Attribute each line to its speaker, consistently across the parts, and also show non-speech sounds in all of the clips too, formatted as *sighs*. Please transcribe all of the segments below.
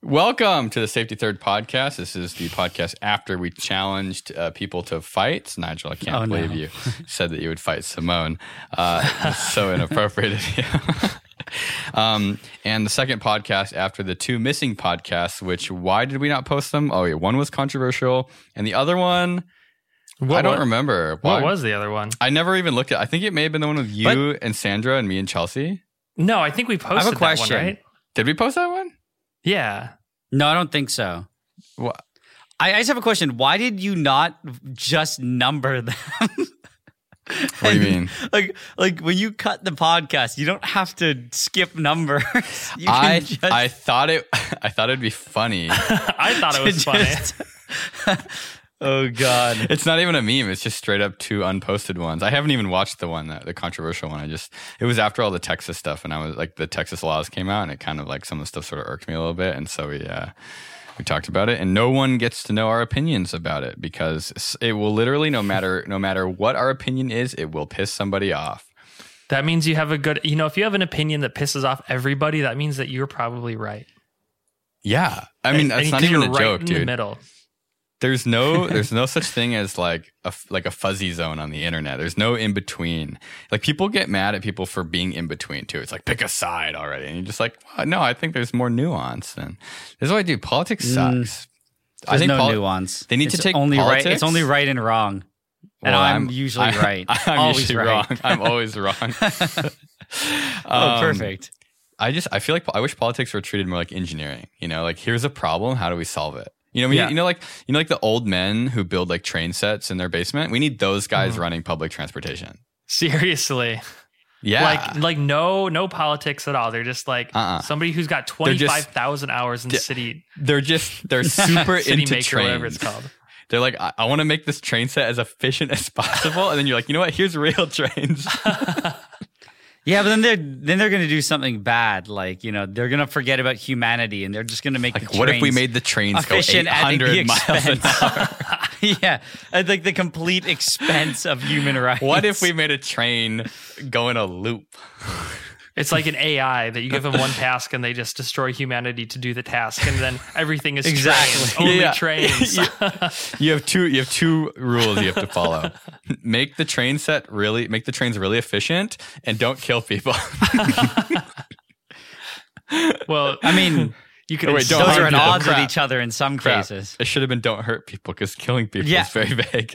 Speaker 1: Welcome to the Safety Third podcast. This is the podcast after we challenged uh, people to fights. Nigel, I can't
Speaker 2: Oh, no.
Speaker 1: believe
Speaker 2: *laughs*
Speaker 1: you said that you would fight Simone. Uh,
Speaker 2: *laughs*
Speaker 1: so inappropriate of you. *laughs* um, and the second podcast after the two missing podcasts, which why did we not post them? Oh, yeah, one was controversial, and the other one I don't
Speaker 2: wa-
Speaker 1: remember. Why-
Speaker 2: What was the other one?
Speaker 1: I never even looked at. I think it may have been the one with you
Speaker 2: But-
Speaker 1: and Sandra and me and Chelsea.
Speaker 2: No, I think we posted
Speaker 3: question.
Speaker 2: that one, right?
Speaker 1: Did we post that one?
Speaker 2: Yeah. *laughs*
Speaker 3: No, I don't think so.
Speaker 1: Wha-
Speaker 3: I, I just have a question. Why did you not just number *laughs* them?
Speaker 1: What do
Speaker 2: *laughs*
Speaker 1: you mean?
Speaker 3: like, like when you cut the podcast, you don't have to skip numbers. *laughs* You can
Speaker 1: I
Speaker 3: just-
Speaker 1: I thought it *laughs* I thought it'd be
Speaker 2: *laughs*
Speaker 1: funny.
Speaker 2: I thought
Speaker 1: *laughs*
Speaker 2: it was funny.
Speaker 3: just-
Speaker 2: *laughs*
Speaker 3: oh God.
Speaker 1: it's not even a meme. It's just straight up two unposted ones. I haven't even watched the one that the controversial one. I just it was after all the Texas stuff, and I was like the Texas laws came out, and it kind of like some of the stuff sort of irked me a little bit, and so we uh, we talked about it, and no one gets to know our opinions about it because s- it will literally no matter no matter what our opinion is, it will piss somebody off.
Speaker 2: That means you have a good, you know, if you have an opinion that pisses off everybody, that means that you're probably right.
Speaker 1: Yeah, I mean that's
Speaker 2: And-
Speaker 1: not
Speaker 2: 'cause
Speaker 1: even a
Speaker 2: you're right
Speaker 1: joke,
Speaker 2: in The
Speaker 1: dude.
Speaker 2: middle.
Speaker 1: There's no
Speaker 3: *laughs*
Speaker 1: there's no such thing as like a f- like a fuzzy zone on the internet. There's no in between. Like people get mad at people for being in between too. It's like pick a side already, and you're just like, "Well, no, I think there's more nuance. than this is why I do politics sucks. I
Speaker 3: Mm. There's
Speaker 1: think
Speaker 3: no
Speaker 1: poli-
Speaker 3: nuance.
Speaker 1: they need
Speaker 3: It's
Speaker 1: to take
Speaker 3: only right.
Speaker 1: politics?
Speaker 3: It's only right and wrong. and
Speaker 1: Well,
Speaker 3: I'm,
Speaker 1: *laughs*
Speaker 3: usually
Speaker 1: I-
Speaker 3: right.
Speaker 1: I'm
Speaker 3: Always
Speaker 1: usually
Speaker 3: right.
Speaker 1: wrong. I'm always
Speaker 3: *laughs*
Speaker 1: wrong.
Speaker 3: oh,
Speaker 1: Um,
Speaker 3: perfect.
Speaker 1: I just I feel like I wish politics were treated more like engineering. You know, like here's a problem, how do we solve it? You know, we,
Speaker 2: Yeah.
Speaker 1: you know, like you know, like the old men who build like train sets in their basement. We need those guys
Speaker 3: Mm-hmm.
Speaker 1: running public transportation.
Speaker 2: Seriously.
Speaker 1: Yeah,
Speaker 2: Like, like no, no politics at all. They're just like
Speaker 1: Uh-uh.
Speaker 2: somebody who's got
Speaker 1: They're just-
Speaker 2: 25,000 hours in
Speaker 1: Yeah.
Speaker 2: city,
Speaker 1: they're just *laughs* they're super
Speaker 2: city
Speaker 1: into
Speaker 2: maker, whatever
Speaker 1: trains.
Speaker 2: it's called.
Speaker 1: They're like, I, I want to make this train set as efficient as possible, and then you're like, you know what? Here's real *laughs* trains.
Speaker 3: Yeah, but then they're then they're gonna do something bad. Like you know they're gonna forget about humanity and they're just gonna make.
Speaker 1: like,
Speaker 3: the
Speaker 1: what if we
Speaker 3: trains-
Speaker 1: made the trains go
Speaker 3: efficient at the
Speaker 1: 800 miles an
Speaker 3: expense. *laughs* yeah, at like the complete expense of human rights.
Speaker 1: What if we made a train go in a loop?
Speaker 2: It's like an AI that you give them one task and they just destroy humanity to do the task, and then
Speaker 1: *laughs*
Speaker 2: everything is
Speaker 3: Exactly.
Speaker 2: trains, only
Speaker 1: Yeah. *laughs*
Speaker 2: trains.
Speaker 1: You have two. You have two rules you have to follow. *laughs* make the train set really. Make the trains really efficient, and don't kill people. *laughs*
Speaker 2: well,
Speaker 3: *laughs* I *laughs* mean,
Speaker 2: you
Speaker 1: Oh,
Speaker 2: can.
Speaker 1: wait,
Speaker 2: ins-
Speaker 1: don't
Speaker 3: those
Speaker 1: harm
Speaker 3: are at
Speaker 1: people.
Speaker 3: odds with
Speaker 1: Crap.
Speaker 3: each other in some
Speaker 1: Crap.
Speaker 3: cases.
Speaker 1: It should have been don't hurt people because killing people
Speaker 3: Yeah.
Speaker 1: is very *laughs* vague.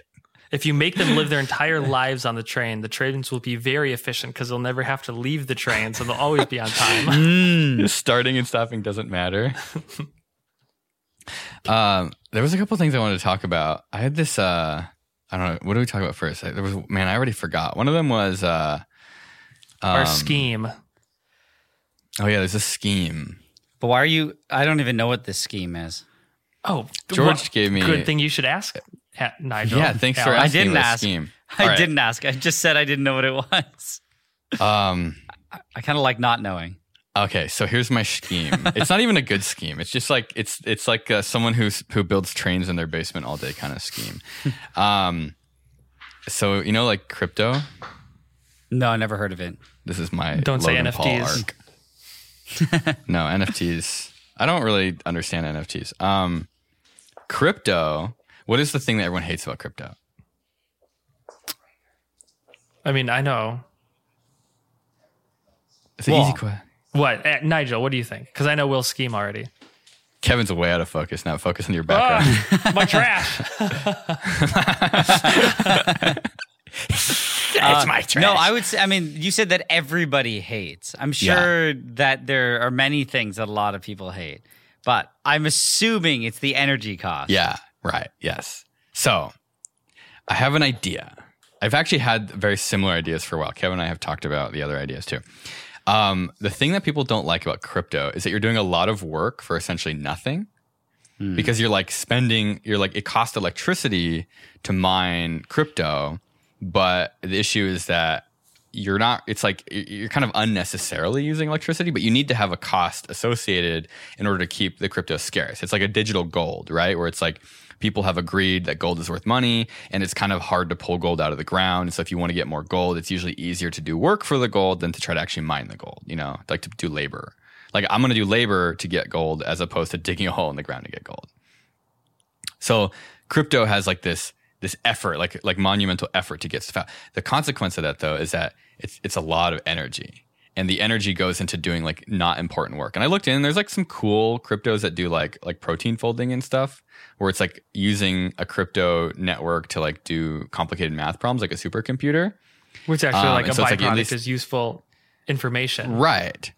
Speaker 2: If you make them live
Speaker 1: *laughs*
Speaker 2: their entire lives on the train, the trains will be very efficient because they'll never have to leave the train, so they'll always be on
Speaker 1: *laughs*
Speaker 2: time.
Speaker 1: Mm. Starting and stopping doesn't matter. *laughs* um, there was a couple things I wanted to talk about. I had this. Uh, I don't know. What do we talk about first? There was man. I already forgot. One of them was. Uh, Um,
Speaker 2: Our scheme.
Speaker 1: oh yeah, there's a scheme.
Speaker 3: But why are you? I don't even know what this scheme is. *laughs*
Speaker 2: Oh,
Speaker 1: George
Speaker 2: wha-
Speaker 1: gave me-
Speaker 2: Good thing you should ask, Ha- Nigel.
Speaker 1: Yeah, thanks for
Speaker 2: Alex.
Speaker 1: asking.
Speaker 3: I didn't
Speaker 1: about
Speaker 3: ask.
Speaker 1: scheme.
Speaker 3: *laughs* I
Speaker 1: All right.
Speaker 3: didn't ask. I just said I didn't know what it *laughs* was.
Speaker 1: Um,
Speaker 3: I kind of like not knowing.
Speaker 1: Okay, so here's my
Speaker 3: *laughs*
Speaker 1: scheme. it's not even a good scheme. It's just like it's it's like uh, someone who's who builds trains in their basement all day kind of
Speaker 3: *laughs*
Speaker 1: scheme. um, so you know, like crypto.
Speaker 3: No, I never heard of it.
Speaker 1: This is my
Speaker 2: Don't say
Speaker 1: Logan Paul
Speaker 2: NFTs.
Speaker 1: arc. *laughs* no NFTs. I don't really understand NFTs. Um, crypto. What is the thing that everyone hates about crypto?
Speaker 2: I mean, I know.
Speaker 1: It's an
Speaker 3: Well,
Speaker 1: easy question. *laughs*
Speaker 2: What, Eh, Nigel? What do you think? Because I know Will's scheme already.
Speaker 1: Kevin's way out of focus now. Focus on your background.
Speaker 2: *laughs* Ah, my trash.
Speaker 3: It's my trash. No, I would say, I mean, you said that everybody hates. I'm sure that there are many things that a lot of people hate, but I'm assuming it's the energy cost.
Speaker 1: Yeah, right. Yes. So I have an idea. I've actually had very similar ideas for a while. Kevin and I have talked about the other ideas too. Um, the thing that people don't like about crypto is that you're doing a lot of work for essentially nothing because you're like spending, you're like, it costs electricity to mine crypto. But the issue is that you're not it's like y- you're kind of unnecessarily using electricity but you need to have a cost associated in order to keep the crypto scarce it's like a digital gold right where it's like people have agreed that gold is worth money and it's kind of hard to pull gold out of the ground so if you want to get more gold it's usually easier to do work for the gold than to try to actually mine the gold you know like to do labor like i'm going to do labor to get gold as opposed to digging a hole in the ground to get gold so crypto has like this this effort, like like monumental effort to get stuff out. The consequence of that though is that it's it's a lot of energy. And the energy goes into doing like not important work. And I looked in, there's like some cool cryptos that do like like protein folding and stuff, where it's like using a crypto network to like do complicated math problems, like a supercomputer.
Speaker 2: Which actually
Speaker 1: Um,
Speaker 2: like a
Speaker 1: and so it's like at
Speaker 2: byproduct
Speaker 1: least-
Speaker 2: is useful information.
Speaker 1: Right.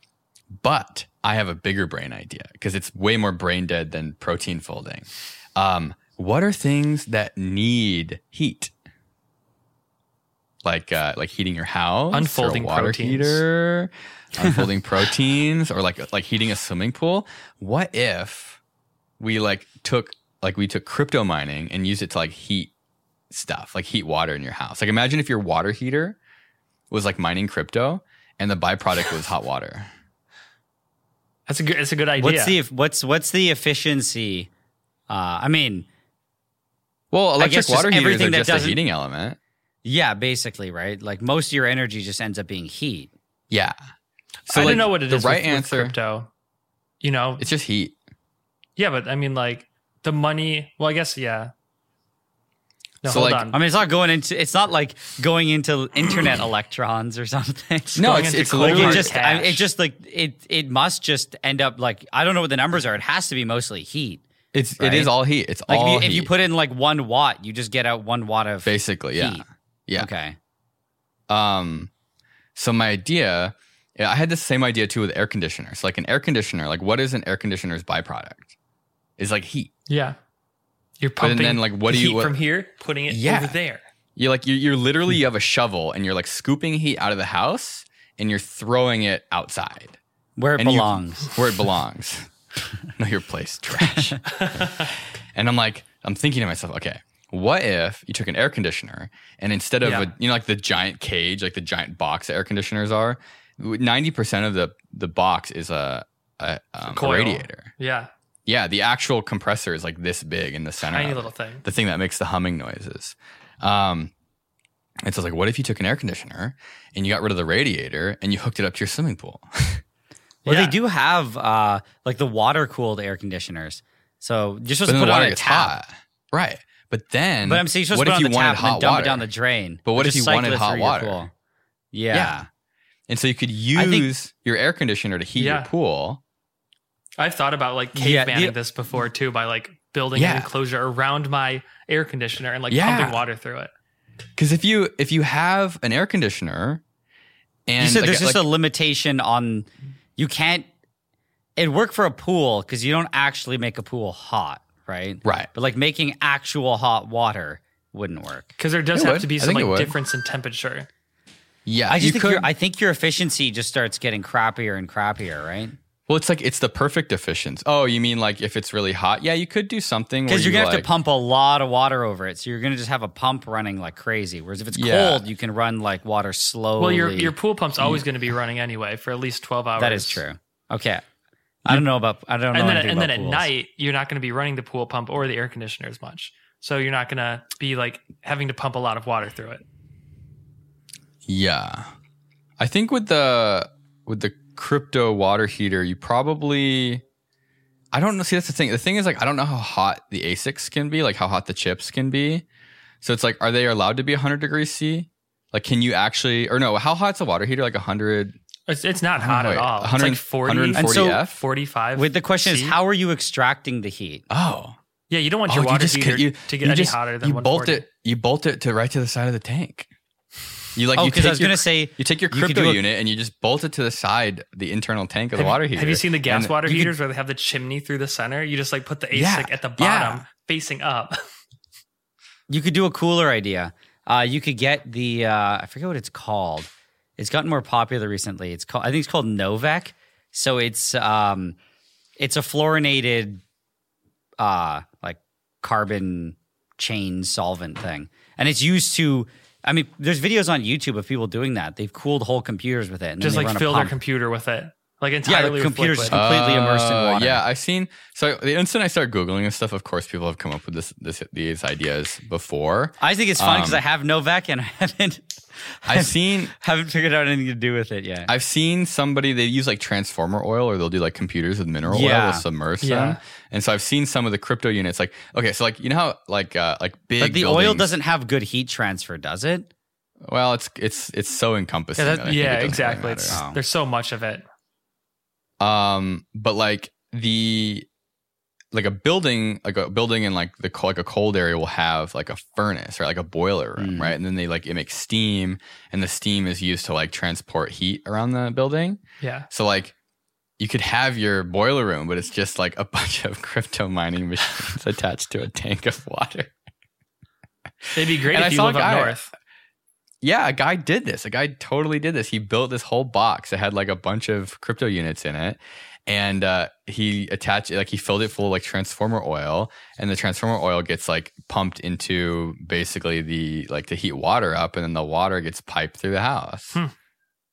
Speaker 1: But I have a bigger brain idea because it's way more brain dead than protein folding. Um, what are things that need heat? Like uh, like heating your house, or a
Speaker 2: Unfolding
Speaker 1: water
Speaker 2: proteins.
Speaker 1: heater, unfolding *laughs* proteins, or like like heating a swimming pool. What if we like took like we took crypto mining and used it to like heat stuff, like heat water in your house? Like imagine if your water heater was like mining crypto and the byproduct was hot water.
Speaker 2: That's a good it's a good idea.
Speaker 3: What's the what's what's the efficiency? Uh, I mean,
Speaker 1: Well, electric
Speaker 3: guess just
Speaker 1: water heaters
Speaker 3: everything
Speaker 1: are
Speaker 3: that
Speaker 1: just a
Speaker 3: doesn't-
Speaker 1: heating element.
Speaker 3: yeah, basically, right? Like most of your energy just ends up being heat.
Speaker 1: Yeah.
Speaker 2: I
Speaker 1: like,
Speaker 2: don't know what it is.
Speaker 1: the right
Speaker 2: with, with
Speaker 1: answer.
Speaker 2: crypto. You know,
Speaker 1: It's just heat.
Speaker 2: yeah, but I mean, like the money. Well, I guess yeah. No,
Speaker 1: So,
Speaker 2: hold
Speaker 1: like,
Speaker 2: on.
Speaker 3: I mean, it's not going into it's not like going into *clears throat* internet electrons or something.
Speaker 1: No,
Speaker 2: going
Speaker 1: it's
Speaker 2: into
Speaker 1: it's
Speaker 2: cold
Speaker 3: Like
Speaker 1: literally
Speaker 3: *laughs*
Speaker 2: hard
Speaker 3: it just, I,
Speaker 2: cash.
Speaker 3: it just like it, it must just end up like I don't know what the numbers are. It has to be mostly heat.
Speaker 1: it's
Speaker 3: right?
Speaker 1: it is all heat. It's
Speaker 3: Like
Speaker 1: all
Speaker 3: if, you, if you
Speaker 1: heat,
Speaker 3: put in like one watt, you just get out one watt of
Speaker 1: basically yeah
Speaker 3: heat.
Speaker 1: yeah.
Speaker 3: Okay.
Speaker 1: Um, so my idea, yeah, I had the same idea too with air conditioners. Like an air conditioner, like what is an air conditioner's byproduct? Is like heat.
Speaker 2: yeah, you're
Speaker 1: But then,
Speaker 2: pumping.
Speaker 1: like, what do
Speaker 2: the
Speaker 1: you-
Speaker 2: heat
Speaker 1: what-
Speaker 2: from here? Putting it
Speaker 1: Yeah.
Speaker 2: over there.
Speaker 1: You like you're, you're
Speaker 3: Hmm.
Speaker 1: literally you have a shovel and you're like scooping heat out of the house and you're throwing it outside.
Speaker 3: Where it
Speaker 1: And you-
Speaker 3: belongs.
Speaker 1: *laughs* where it belongs. Know your place,
Speaker 2: *laughs*
Speaker 1: trash. and I'm like, I'm thinking to myself, okay, what if you took an air conditioner and instead of
Speaker 2: Yeah.
Speaker 1: a, you know like the giant cage, like the giant box that air conditioners are, ninety percent of the the box is a, a, um, a
Speaker 2: Coil.
Speaker 1: radiator.
Speaker 2: Yeah,
Speaker 1: Yeah, the actual compressor is like this big in the center.
Speaker 2: tiny
Speaker 1: of it
Speaker 2: little thing.
Speaker 1: the thing that makes the humming noises. Um, and so it's like, what if you took an air conditioner and you got rid of the radiator and you hooked it up to your swimming pool?
Speaker 3: Well,
Speaker 2: Yeah.
Speaker 3: they do have uh, like the water cooled air conditioners. So you're supposed
Speaker 1: but
Speaker 3: to
Speaker 1: then
Speaker 3: put
Speaker 1: the
Speaker 3: it on
Speaker 1: water
Speaker 3: a
Speaker 1: gets
Speaker 3: tap.
Speaker 1: hot, right? But then,
Speaker 3: But I'm saying you're
Speaker 1: what
Speaker 3: supposed to
Speaker 1: if you
Speaker 3: put it on the
Speaker 1: wanted
Speaker 3: tap and
Speaker 1: hot
Speaker 3: then dump
Speaker 1: water?
Speaker 3: it down the drain.
Speaker 1: But what
Speaker 3: Or
Speaker 1: if
Speaker 3: just
Speaker 1: you wanted
Speaker 3: cycle it
Speaker 1: hot
Speaker 3: through your
Speaker 1: water?
Speaker 3: pool.
Speaker 1: yeah.
Speaker 3: Yeah.
Speaker 1: and so you could
Speaker 3: I
Speaker 1: use
Speaker 3: think-
Speaker 1: your air conditioner to heat
Speaker 2: Yeah.
Speaker 1: your pool.
Speaker 2: I've thought about like
Speaker 3: Yeah,
Speaker 2: cavemaning
Speaker 3: the-
Speaker 2: this before too by like building
Speaker 1: Yeah.
Speaker 2: an enclosure around my air conditioner and like
Speaker 1: Yeah.
Speaker 2: pumping water through it.
Speaker 1: Because if you if you have an air conditioner, and
Speaker 3: you said
Speaker 1: like-
Speaker 3: there's just
Speaker 1: like-
Speaker 3: a limitation on you can't it work for a pool because you don't actually make a pool hot, right?
Speaker 1: right.
Speaker 3: But like making actual hot water wouldldn't work.
Speaker 2: Because there does
Speaker 1: It
Speaker 2: have
Speaker 1: would.
Speaker 2: to be
Speaker 1: I
Speaker 2: some
Speaker 1: think it
Speaker 2: like
Speaker 1: would.
Speaker 2: difference in temperature.
Speaker 1: Yeah,
Speaker 3: I just
Speaker 1: you
Speaker 3: think
Speaker 1: could-
Speaker 3: your I think your efficiency just starts getting crappier and crappier, right?
Speaker 1: well, it's like it's the perfect efficiency. Oh, you mean like if it's really hot? Yeah, you could do something where
Speaker 3: Because you're
Speaker 1: you,
Speaker 3: gonna
Speaker 1: like,
Speaker 3: have to pump a lot of water over it, so you're gonna just have a pump running like crazy. Whereas if it's
Speaker 1: Yeah.
Speaker 3: cold, you can run like water slowly.
Speaker 2: Well, your your pool pump's always going to be running anyway for at least twelve hours.
Speaker 3: that is true. Okay, I don't know about I don't know
Speaker 2: and then
Speaker 3: anything
Speaker 2: and
Speaker 3: about
Speaker 2: then at
Speaker 3: pools.
Speaker 2: night you're not going to be running the pool pump or the air conditioner as much so you're not going to be like having to pump a lot of water through it
Speaker 1: Yeah. I think with the with the crypto water heater, you probably I don't know. See, that's the thing. The thing is like I don't know how hot the ASICs can be, like how hot the chips can be. So it's like, are they allowed to be 100 degrees C? Like, can you actually, or no, how hot's a water heater? Like 100,
Speaker 2: It's, it's not hot
Speaker 1: know,
Speaker 2: at
Speaker 1: wait,
Speaker 2: all. It's
Speaker 1: 100
Speaker 2: like 40,
Speaker 1: 140
Speaker 3: so-
Speaker 1: F?
Speaker 2: 45.
Speaker 3: With the question
Speaker 2: C.
Speaker 3: is, how are you extracting the heat?
Speaker 1: Oh,
Speaker 2: Yeah, you don't want
Speaker 1: Oh,
Speaker 2: your
Speaker 1: you
Speaker 2: water
Speaker 1: just
Speaker 2: heater
Speaker 1: could- you-
Speaker 2: to
Speaker 1: you
Speaker 2: get any
Speaker 1: just-
Speaker 2: hotter than
Speaker 1: you bolt
Speaker 2: 140.
Speaker 1: it. You bolt it to right to the side of the tank. You like
Speaker 3: Oh,
Speaker 1: you
Speaker 3: 'cause
Speaker 1: take
Speaker 3: I was
Speaker 1: your,
Speaker 3: gonna say
Speaker 1: you take your
Speaker 3: you could
Speaker 1: crypto
Speaker 3: do a-
Speaker 1: unit and you just bolt it to the side, the internal tank of the
Speaker 2: Have you-
Speaker 1: water heater.
Speaker 2: Have you seen the gas
Speaker 1: and
Speaker 2: water
Speaker 1: you could-
Speaker 2: heaters where they have the chimney through the center? You just like put the ASIC
Speaker 1: Yeah,
Speaker 2: at the
Speaker 1: yeah.
Speaker 2: bottom facing up.
Speaker 3: You could do a cooler idea. Uh, you could get the uh, I forget what it's called. It's gotten more popular recently. It's called I think it's called Novak. So it's um, it's a fluorinated uh, like carbon chain solvent thing, and it's used to. I mean, there's videos on YouTube of people doing that. They've cooled whole computers with it, and
Speaker 2: just
Speaker 3: then they
Speaker 2: like
Speaker 3: run a
Speaker 2: fill their
Speaker 3: pump.
Speaker 2: computer with it. Like
Speaker 3: Yeah,
Speaker 2: entirely
Speaker 3: the
Speaker 2: with
Speaker 3: computer's
Speaker 2: liquid.
Speaker 3: completely immersed in
Speaker 1: Uh,
Speaker 3: water.
Speaker 1: Yeah, I've seen. So the instant I start googling this stuff, of course, people have come up with this, this these ideas before.
Speaker 3: I think it's fun because I
Speaker 1: Um,
Speaker 3: have Novak and I haven't
Speaker 1: I've seen.
Speaker 3: *laughs* haven't figured out anything to do with it yet.
Speaker 1: I've seen somebody they use like transformer oil, or they'll do like computers with mineral oil,
Speaker 3: Yeah.
Speaker 1: will submerge
Speaker 2: Yeah.
Speaker 1: them. And so I've seen some of the crypto units. Like okay, so like you know how like uh, like big.
Speaker 3: but the oil
Speaker 1: buildings-
Speaker 3: doesn't have good heat transfer, does it?
Speaker 1: Well, it's it's it's so encompassing.
Speaker 3: Yeah, that-
Speaker 1: that I think it
Speaker 2: yeah,
Speaker 1: doesn't really
Speaker 2: exactly. It's,
Speaker 1: matter.
Speaker 3: matter. Oh.
Speaker 2: There's so much of it.
Speaker 1: Um, but like the like a building, like a building in like the co- like a cold area will have like a furnace or like a boiler room,
Speaker 3: Mm.
Speaker 1: right? And then they like it makes steam, and the steam is used to like transport heat around the building.
Speaker 2: Yeah.
Speaker 1: So like you could have your boiler room, but it's just like a *laughs* bunch of crypto mining machines *laughs* attached to a tank of water.
Speaker 2: It'd be great
Speaker 1: And I
Speaker 2: if you
Speaker 1: saw a
Speaker 2: live up
Speaker 1: guy-
Speaker 2: north.
Speaker 1: Yeah, a guy did this. A guy totally did this. He built this whole box that had like a bunch of crypto units in it. And uh, he attached like he filled it full of like transformer oil, and the transformer oil gets like pumped into basically the like to heat water up, and then the water gets piped through the house
Speaker 2: Hmm.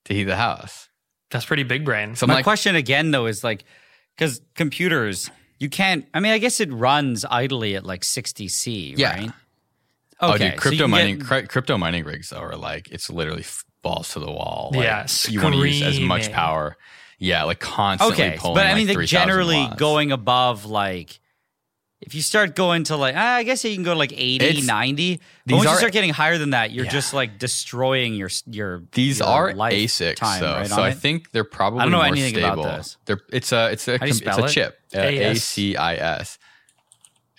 Speaker 1: to heat the house.
Speaker 2: That's pretty big brain.
Speaker 1: So I'm
Speaker 3: My
Speaker 1: like,
Speaker 3: question again, though, is like, because computers, you can't. I mean, I guess it runs idly at like 60 C,
Speaker 1: Yeah.
Speaker 3: right?
Speaker 1: oh, dude,
Speaker 3: Okay, so you
Speaker 1: crypto
Speaker 3: can get-
Speaker 1: mining cry- crypto mining rigs though are like it's literally f- balls to the wall. Like,
Speaker 2: Yeah,
Speaker 1: you want to use as much
Speaker 2: screaming.
Speaker 1: power. Yeah, like constantly
Speaker 3: okay,
Speaker 1: pulling.
Speaker 3: but I mean,
Speaker 1: like,
Speaker 3: like
Speaker 1: 3,000
Speaker 3: generally
Speaker 1: watts.
Speaker 3: going above like. If you start going to like, ah, I guess you can go to like 80,
Speaker 1: It's-
Speaker 3: 90. But
Speaker 1: these
Speaker 3: once
Speaker 1: are-
Speaker 3: you start getting higher than that, you're
Speaker 1: Yeah.
Speaker 3: just like destroying your your.
Speaker 1: These
Speaker 3: your
Speaker 1: are
Speaker 3: life
Speaker 1: ASICs,
Speaker 3: time,
Speaker 1: though,
Speaker 3: right,
Speaker 1: so
Speaker 3: on
Speaker 1: I
Speaker 3: it?
Speaker 1: think they're probably
Speaker 3: know
Speaker 1: more
Speaker 3: anything about
Speaker 1: stable.
Speaker 3: this.
Speaker 1: They're, it's a it's a
Speaker 3: How do
Speaker 1: com-
Speaker 3: you
Speaker 1: it's
Speaker 3: spell
Speaker 1: a
Speaker 3: it?
Speaker 1: chip. A
Speaker 2: AS.
Speaker 1: C I S,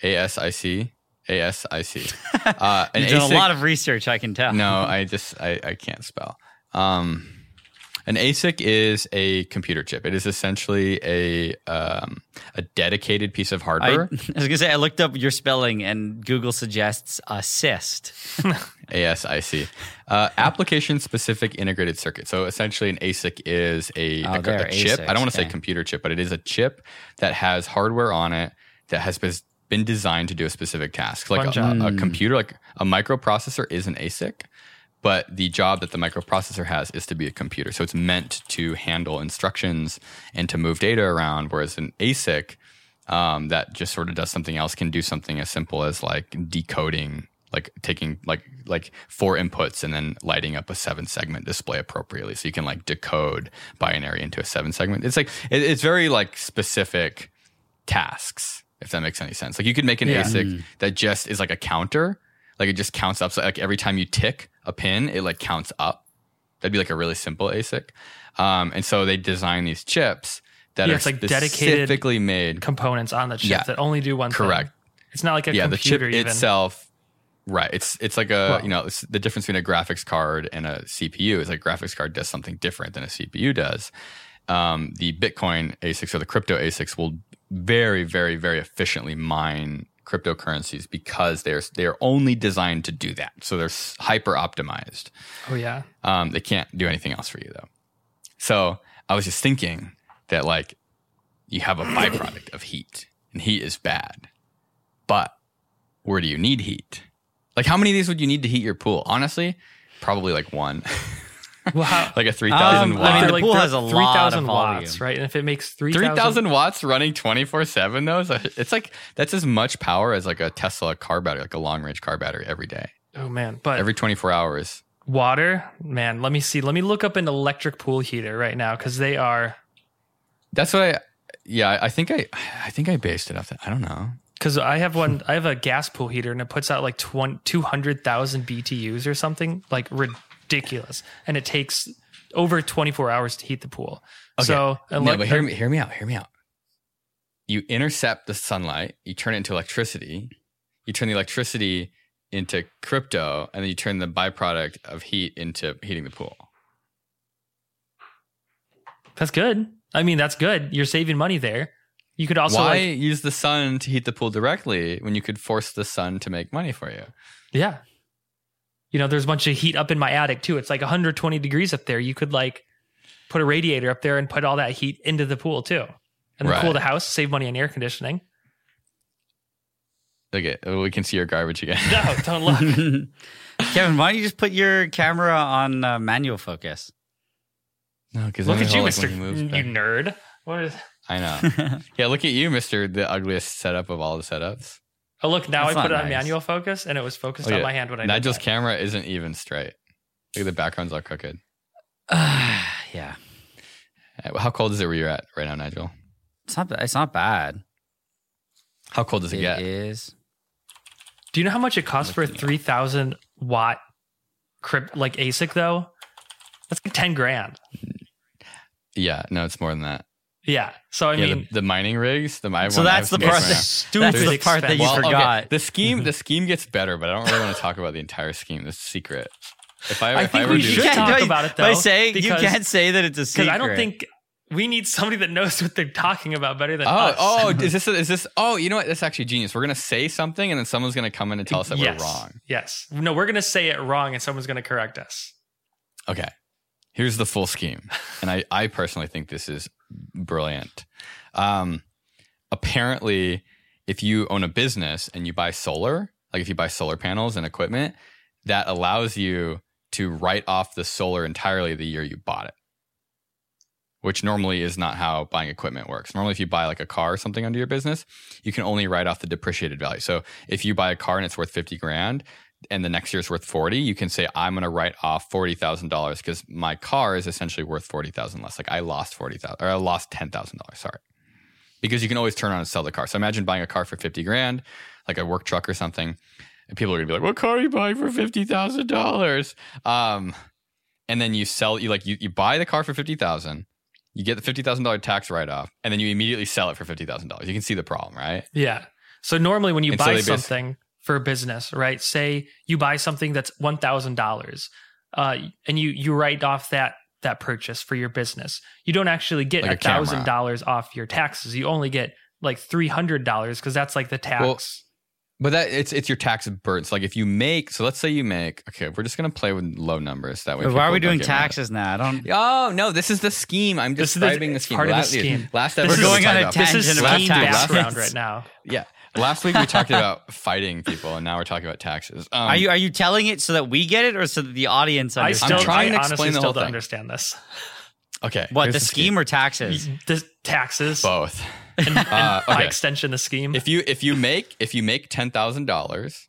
Speaker 1: A S I C, A S I C.
Speaker 3: *laughs*
Speaker 1: Uh, an
Speaker 3: You've done
Speaker 1: ASIC
Speaker 3: a lot of research, I can
Speaker 1: *laughs*
Speaker 3: tell.
Speaker 1: no, I just I, I can't spell. Um, an ASIC is a computer chip. It is essentially a um, a dedicated piece of
Speaker 3: *laughs* I, I
Speaker 1: hardware.
Speaker 3: was gonna say I looked up your spelling and Google suggests assist. *laughs*
Speaker 1: ASIC, uh, application specific integrated circuit. So essentially, an ASIC is a,
Speaker 3: Oh,
Speaker 1: a,
Speaker 3: they're
Speaker 1: a chip. I
Speaker 3: ASICs,
Speaker 1: don't want to say
Speaker 3: okay.
Speaker 1: computer chip, but it is a chip that has hardware on it that has been- been designed to do a specific task.
Speaker 2: Fun
Speaker 1: Like a,
Speaker 2: job.
Speaker 1: a computer, like a microprocessor, is an ASIC, but the job that the microprocessor has is to be a computer. So it's meant to handle instructions and to move data around, whereas an ASIC um, that just sort of does something else can do something as simple as like decoding like taking like like four inputs and then lighting up a seven segment display appropriately so you can like decode binary into a seven segment it's like it, it's very like specific tasks if that makes any sense like you could make an
Speaker 2: Yeah. Mm-hmm.
Speaker 1: asic that just is like a counter like it just counts up so like every time you tick a pin it like counts up that'd be like a really simple asic um, and so they design these chips that
Speaker 2: Yeah,
Speaker 1: are
Speaker 2: it's like dedicated
Speaker 1: specifically made
Speaker 2: Components on the chip
Speaker 1: Yeah.
Speaker 2: that only do one thing.
Speaker 1: Correct.
Speaker 2: It's not like a
Speaker 1: yeah, the chip
Speaker 2: computer even.
Speaker 1: itself. Right. It's it's like a
Speaker 2: Well-
Speaker 1: you know it's the difference between a graphics card and a CPU is like graphics card does something different than a CPU does. Um, the Bitcoin ASICs or the crypto ASICs will very very very efficiently mine cryptocurrencies because they're they're only designed to do that. So they're hyper optimized.
Speaker 2: Oh yeah.
Speaker 1: Um, they can't do anything else for you though. So I was just thinking that like you have a byproduct of heat, and heat is bad. But where do you need heat? Like how many of these would you need to heat your pool? Honestly, probably like one, *laughs*
Speaker 2: Well, how,
Speaker 1: like a three thousand
Speaker 3: Um, I
Speaker 1: watt.
Speaker 3: mean,
Speaker 2: they're
Speaker 3: the pool
Speaker 2: thir-
Speaker 3: has a lot of
Speaker 2: 3,000 watts,
Speaker 3: volume.
Speaker 2: right? And if it makes three
Speaker 1: Three thousand watts running twenty four seven though, so it's like that's as much power as like a Tesla car battery, like a long range car battery every day,
Speaker 2: Oh man, but
Speaker 1: every twenty four hours.
Speaker 2: water, man. Let me see. Let me look up an electric pool heater right now because they are
Speaker 1: That's what I, yeah, I- I think I, I think I based it off that. I don't know.
Speaker 2: because I have one.
Speaker 1: Hmm.
Speaker 2: I have a gas pool heater and it puts out like two hundred thousand BTUs or something like ridiculous, and it takes over 24 hours to heat the pool.
Speaker 1: Okay.
Speaker 2: So,
Speaker 1: no,
Speaker 2: unless,
Speaker 1: but hear me, hear me out. Hear me out. You intercept the sunlight. You turn it into electricity. You turn the electricity into crypto, and then you turn the byproduct of heat into heating the pool.
Speaker 2: that's good. I mean, that's good. You're saving money there. You could also
Speaker 1: Why
Speaker 2: like,
Speaker 1: use the sun to heat the pool directly when you could force the sun to make money for you?
Speaker 2: yeah. You know, there's a bunch of heat up in my attic too. It's like 120 degrees up there. You could like put a radiator up there and put all that heat into the pool too. And then cool
Speaker 1: Right.
Speaker 2: the house, save money on air conditioning.
Speaker 1: Okay, oh, we can see your garbage again.
Speaker 2: *laughs*
Speaker 1: *laughs*
Speaker 2: No, don't
Speaker 3: *laughs*
Speaker 2: look.
Speaker 3: Kevin, why don't you just put your camera on uh, manual focus?
Speaker 1: *sighs*
Speaker 3: *sighs*
Speaker 1: No, because
Speaker 2: look at you, Mr. you nerd. What is
Speaker 1: I know.
Speaker 2: *laughs*
Speaker 1: Yeah, look at you, Mister. The ugliest setup of all the setups.
Speaker 2: Oh, look, now
Speaker 3: That's
Speaker 2: I put it
Speaker 3: not
Speaker 2: on
Speaker 3: nice. Oh,
Speaker 2: manual focus and it was focused
Speaker 1: Look
Speaker 2: on
Speaker 1: at-
Speaker 2: my hand when *laughs* I did
Speaker 1: Nigel's
Speaker 2: that.
Speaker 1: camera isn't even straight. Look at the background's all crooked.
Speaker 3: yeah,
Speaker 1: Uh, How cold is it where you're at right now, Nigel?
Speaker 3: it's not. It's not bad.
Speaker 1: How cold does it,
Speaker 3: It
Speaker 1: get?
Speaker 3: is.
Speaker 2: Do you know how much it costs for a 3,000 watt crypt, like ASIC though? That's like 10 grand.
Speaker 1: Yeah, no, it's more than that.
Speaker 2: Yeah. So I
Speaker 1: yeah,
Speaker 2: mean,
Speaker 1: the, the mining rigs, the my
Speaker 3: So
Speaker 1: one I
Speaker 3: *laughs* that's
Speaker 1: have
Speaker 3: the
Speaker 1: seen
Speaker 3: part
Speaker 1: right
Speaker 3: that-
Speaker 1: now.
Speaker 3: That's the
Speaker 2: Stupid *laughs*
Speaker 3: part that you
Speaker 2: expense.
Speaker 1: okay,
Speaker 3: forgot.
Speaker 1: the scheme, the scheme gets better, but I don't really want to talk about the entire scheme. It's secret. If I,
Speaker 2: I
Speaker 1: if I
Speaker 2: think
Speaker 1: ever
Speaker 2: we
Speaker 1: do
Speaker 3: You
Speaker 2: should
Speaker 1: this,
Speaker 3: can't-
Speaker 2: talk
Speaker 3: no,
Speaker 2: about it,
Speaker 3: By
Speaker 2: though,
Speaker 3: saying you
Speaker 2: because-
Speaker 3: can't say that it's a secret.
Speaker 2: because I don't think we need somebody that knows what they're talking about better than
Speaker 1: Oh,
Speaker 2: us. *laughs*
Speaker 1: oh, is this is this? Oh, you know what? That's actually genius. We're gonna say something, and then someone's gonna come in and tell us that
Speaker 2: yes.
Speaker 1: we're wrong.
Speaker 2: Yes. No, we're going to say it wrong and someone's going to correct us.
Speaker 1: Okay, here's the full scheme, and I I personally think this is brilliant. Um, apparently, if you own a business and you buy solar, like if you buy solar panels and equipment, that allows you to write off the solar entirely the year you bought it. Which normally is not how buying equipment works. Normally, if you buy like a car or something under your business, you can only write off the depreciated value. So if you buy a car and it's worth 50 grand and the next year's worth 40, you can say, I'm going to write off $40,000 because my car is essentially worth 40,000 less. Like I lost 40,000 or I lost $10,000. Sorry because you can always turn around and sell the car. So imagine buying a car for 50 grand, like a work truck or something. And people are going to be like, what car are you buying for $50,000? Um, and then you sell, you like, you, you buy the car for 50000 you get the $50,000 tax write off, and then you immediately sell it for $50,000. You can see the problem, right?
Speaker 2: Yeah. So normally when you
Speaker 1: And so
Speaker 2: buy
Speaker 1: they bas-
Speaker 2: something for a business, right? Say you buy something that's one thousand dollars, uh, and you you write off that that purchase for your business. You don't actually get
Speaker 1: Like a
Speaker 2: a thousand
Speaker 1: camera.
Speaker 2: dollars off your taxes. You only get like three hundred dollars because that's like the tax.
Speaker 1: Well, But that it's it's your tax burden. So like if you make, so let's say you make, okay, we're just going to play with low numbers. That way,
Speaker 3: Why are we
Speaker 1: people don't
Speaker 3: doing
Speaker 1: get mad.
Speaker 3: taxes now? I don't.
Speaker 1: Oh no! This is the scheme. I'm
Speaker 2: This is the-
Speaker 1: describing the, scheme.
Speaker 2: part of the
Speaker 1: Last-
Speaker 2: scheme.
Speaker 1: Last
Speaker 2: This
Speaker 1: episode,
Speaker 2: is-
Speaker 1: we
Speaker 2: We're going
Speaker 1: talked
Speaker 3: on a
Speaker 1: about-
Speaker 2: this
Speaker 3: tangent
Speaker 2: is
Speaker 3: about
Speaker 2: teen
Speaker 3: taxes.
Speaker 2: background right now.
Speaker 1: Yeah. Last week we talked about fighting people, and now we're talking about taxes. Um,
Speaker 3: are you are you telling it so that we get it, or so that the audience
Speaker 2: I
Speaker 3: understands?
Speaker 2: still,
Speaker 1: trying to
Speaker 2: I honestly
Speaker 1: explain the
Speaker 2: still
Speaker 1: whole
Speaker 2: don't
Speaker 1: thing.
Speaker 2: understand this.
Speaker 1: okay?
Speaker 3: what
Speaker 1: here's
Speaker 3: the scheme or taxes?
Speaker 2: The Mm-hmm. taxes,
Speaker 1: Both.
Speaker 2: and, and
Speaker 1: Uh,
Speaker 2: by
Speaker 1: okay.
Speaker 2: extension, the scheme.
Speaker 1: If you if you make if you make ten thousand dollars,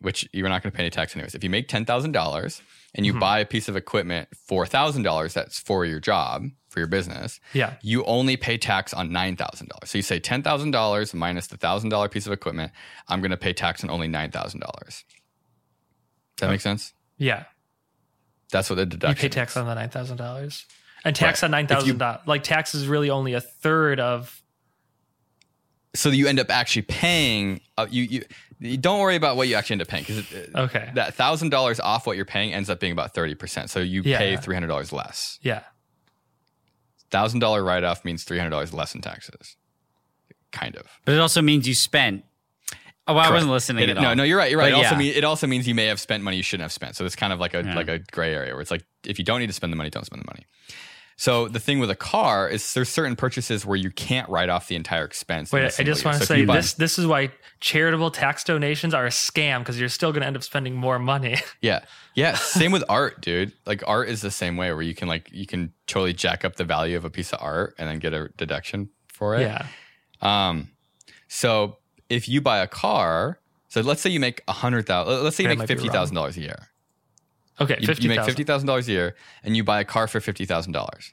Speaker 1: which you're not going to pay any tax anyways. If you make ten thousand dollars and you
Speaker 3: Mm-hmm.
Speaker 2: Mhm.
Speaker 1: buy a piece of equipment for thousand dollars, that's for your job for your business.
Speaker 2: yeah,
Speaker 1: You only pay tax on nine thousand dollars. So you say ten thousand dollars minus the thousand dollar piece of equipment. I'm going to pay tax on only nine thousand dollars. That make sense?
Speaker 2: yeah.
Speaker 1: That's what the
Speaker 2: You
Speaker 1: deduction.
Speaker 2: pay tax
Speaker 1: is.
Speaker 2: on the nine thousand dollars, and tax
Speaker 1: Right.
Speaker 2: on nine
Speaker 1: If you-
Speaker 2: thousand dollars. Like tax is really only a third of.
Speaker 1: so that you end up actually paying. Uh, you, you you don't worry about what you actually end up paying because
Speaker 2: Okay.
Speaker 1: that thousand dollars off what you're paying ends up being about thirty percent. So you
Speaker 2: Yeah.
Speaker 1: pay three hundred dollars less.
Speaker 2: yeah.
Speaker 1: Thousand dollar write off means three hundred dollars less in taxes. Kind of.
Speaker 3: But it also means you spent. Oh, well, I wasn't listening
Speaker 1: It-
Speaker 3: at all.
Speaker 1: no, no, you're right. You're right.
Speaker 3: But
Speaker 1: it, also
Speaker 3: yeah.
Speaker 1: mean, it also means you may have spent money you shouldn't have spent. So it's kind of like a like a gray area where it's like if you don't need to spend the money, don't spend the money. So the thing with a car is there's certain purchases where you can't write off the entire expense. in a
Speaker 2: Wait, I
Speaker 1: single
Speaker 2: just
Speaker 1: year.
Speaker 2: want
Speaker 1: So
Speaker 2: to
Speaker 1: if
Speaker 2: say
Speaker 1: you buy-
Speaker 2: this. This is why charitable tax donations are a scam because you're still going to end up spending
Speaker 1: *laughs*
Speaker 2: more money.
Speaker 1: Yeah. Yeah. Same with art, dude. Like art is the same way where you can like you can totally jack up the value of a piece of art and then get a deduction for it.
Speaker 2: Yeah,
Speaker 1: Um so if you buy a car, so let's say you make a hundred thousand let's say you
Speaker 2: That
Speaker 1: make
Speaker 2: might be wrong.
Speaker 1: fifty thousand dollars a year.
Speaker 2: okay,
Speaker 1: You,
Speaker 2: fifty
Speaker 1: you make fifty thousand
Speaker 2: thousand.
Speaker 1: dollars a year and you buy a car for fifty thousand dollars.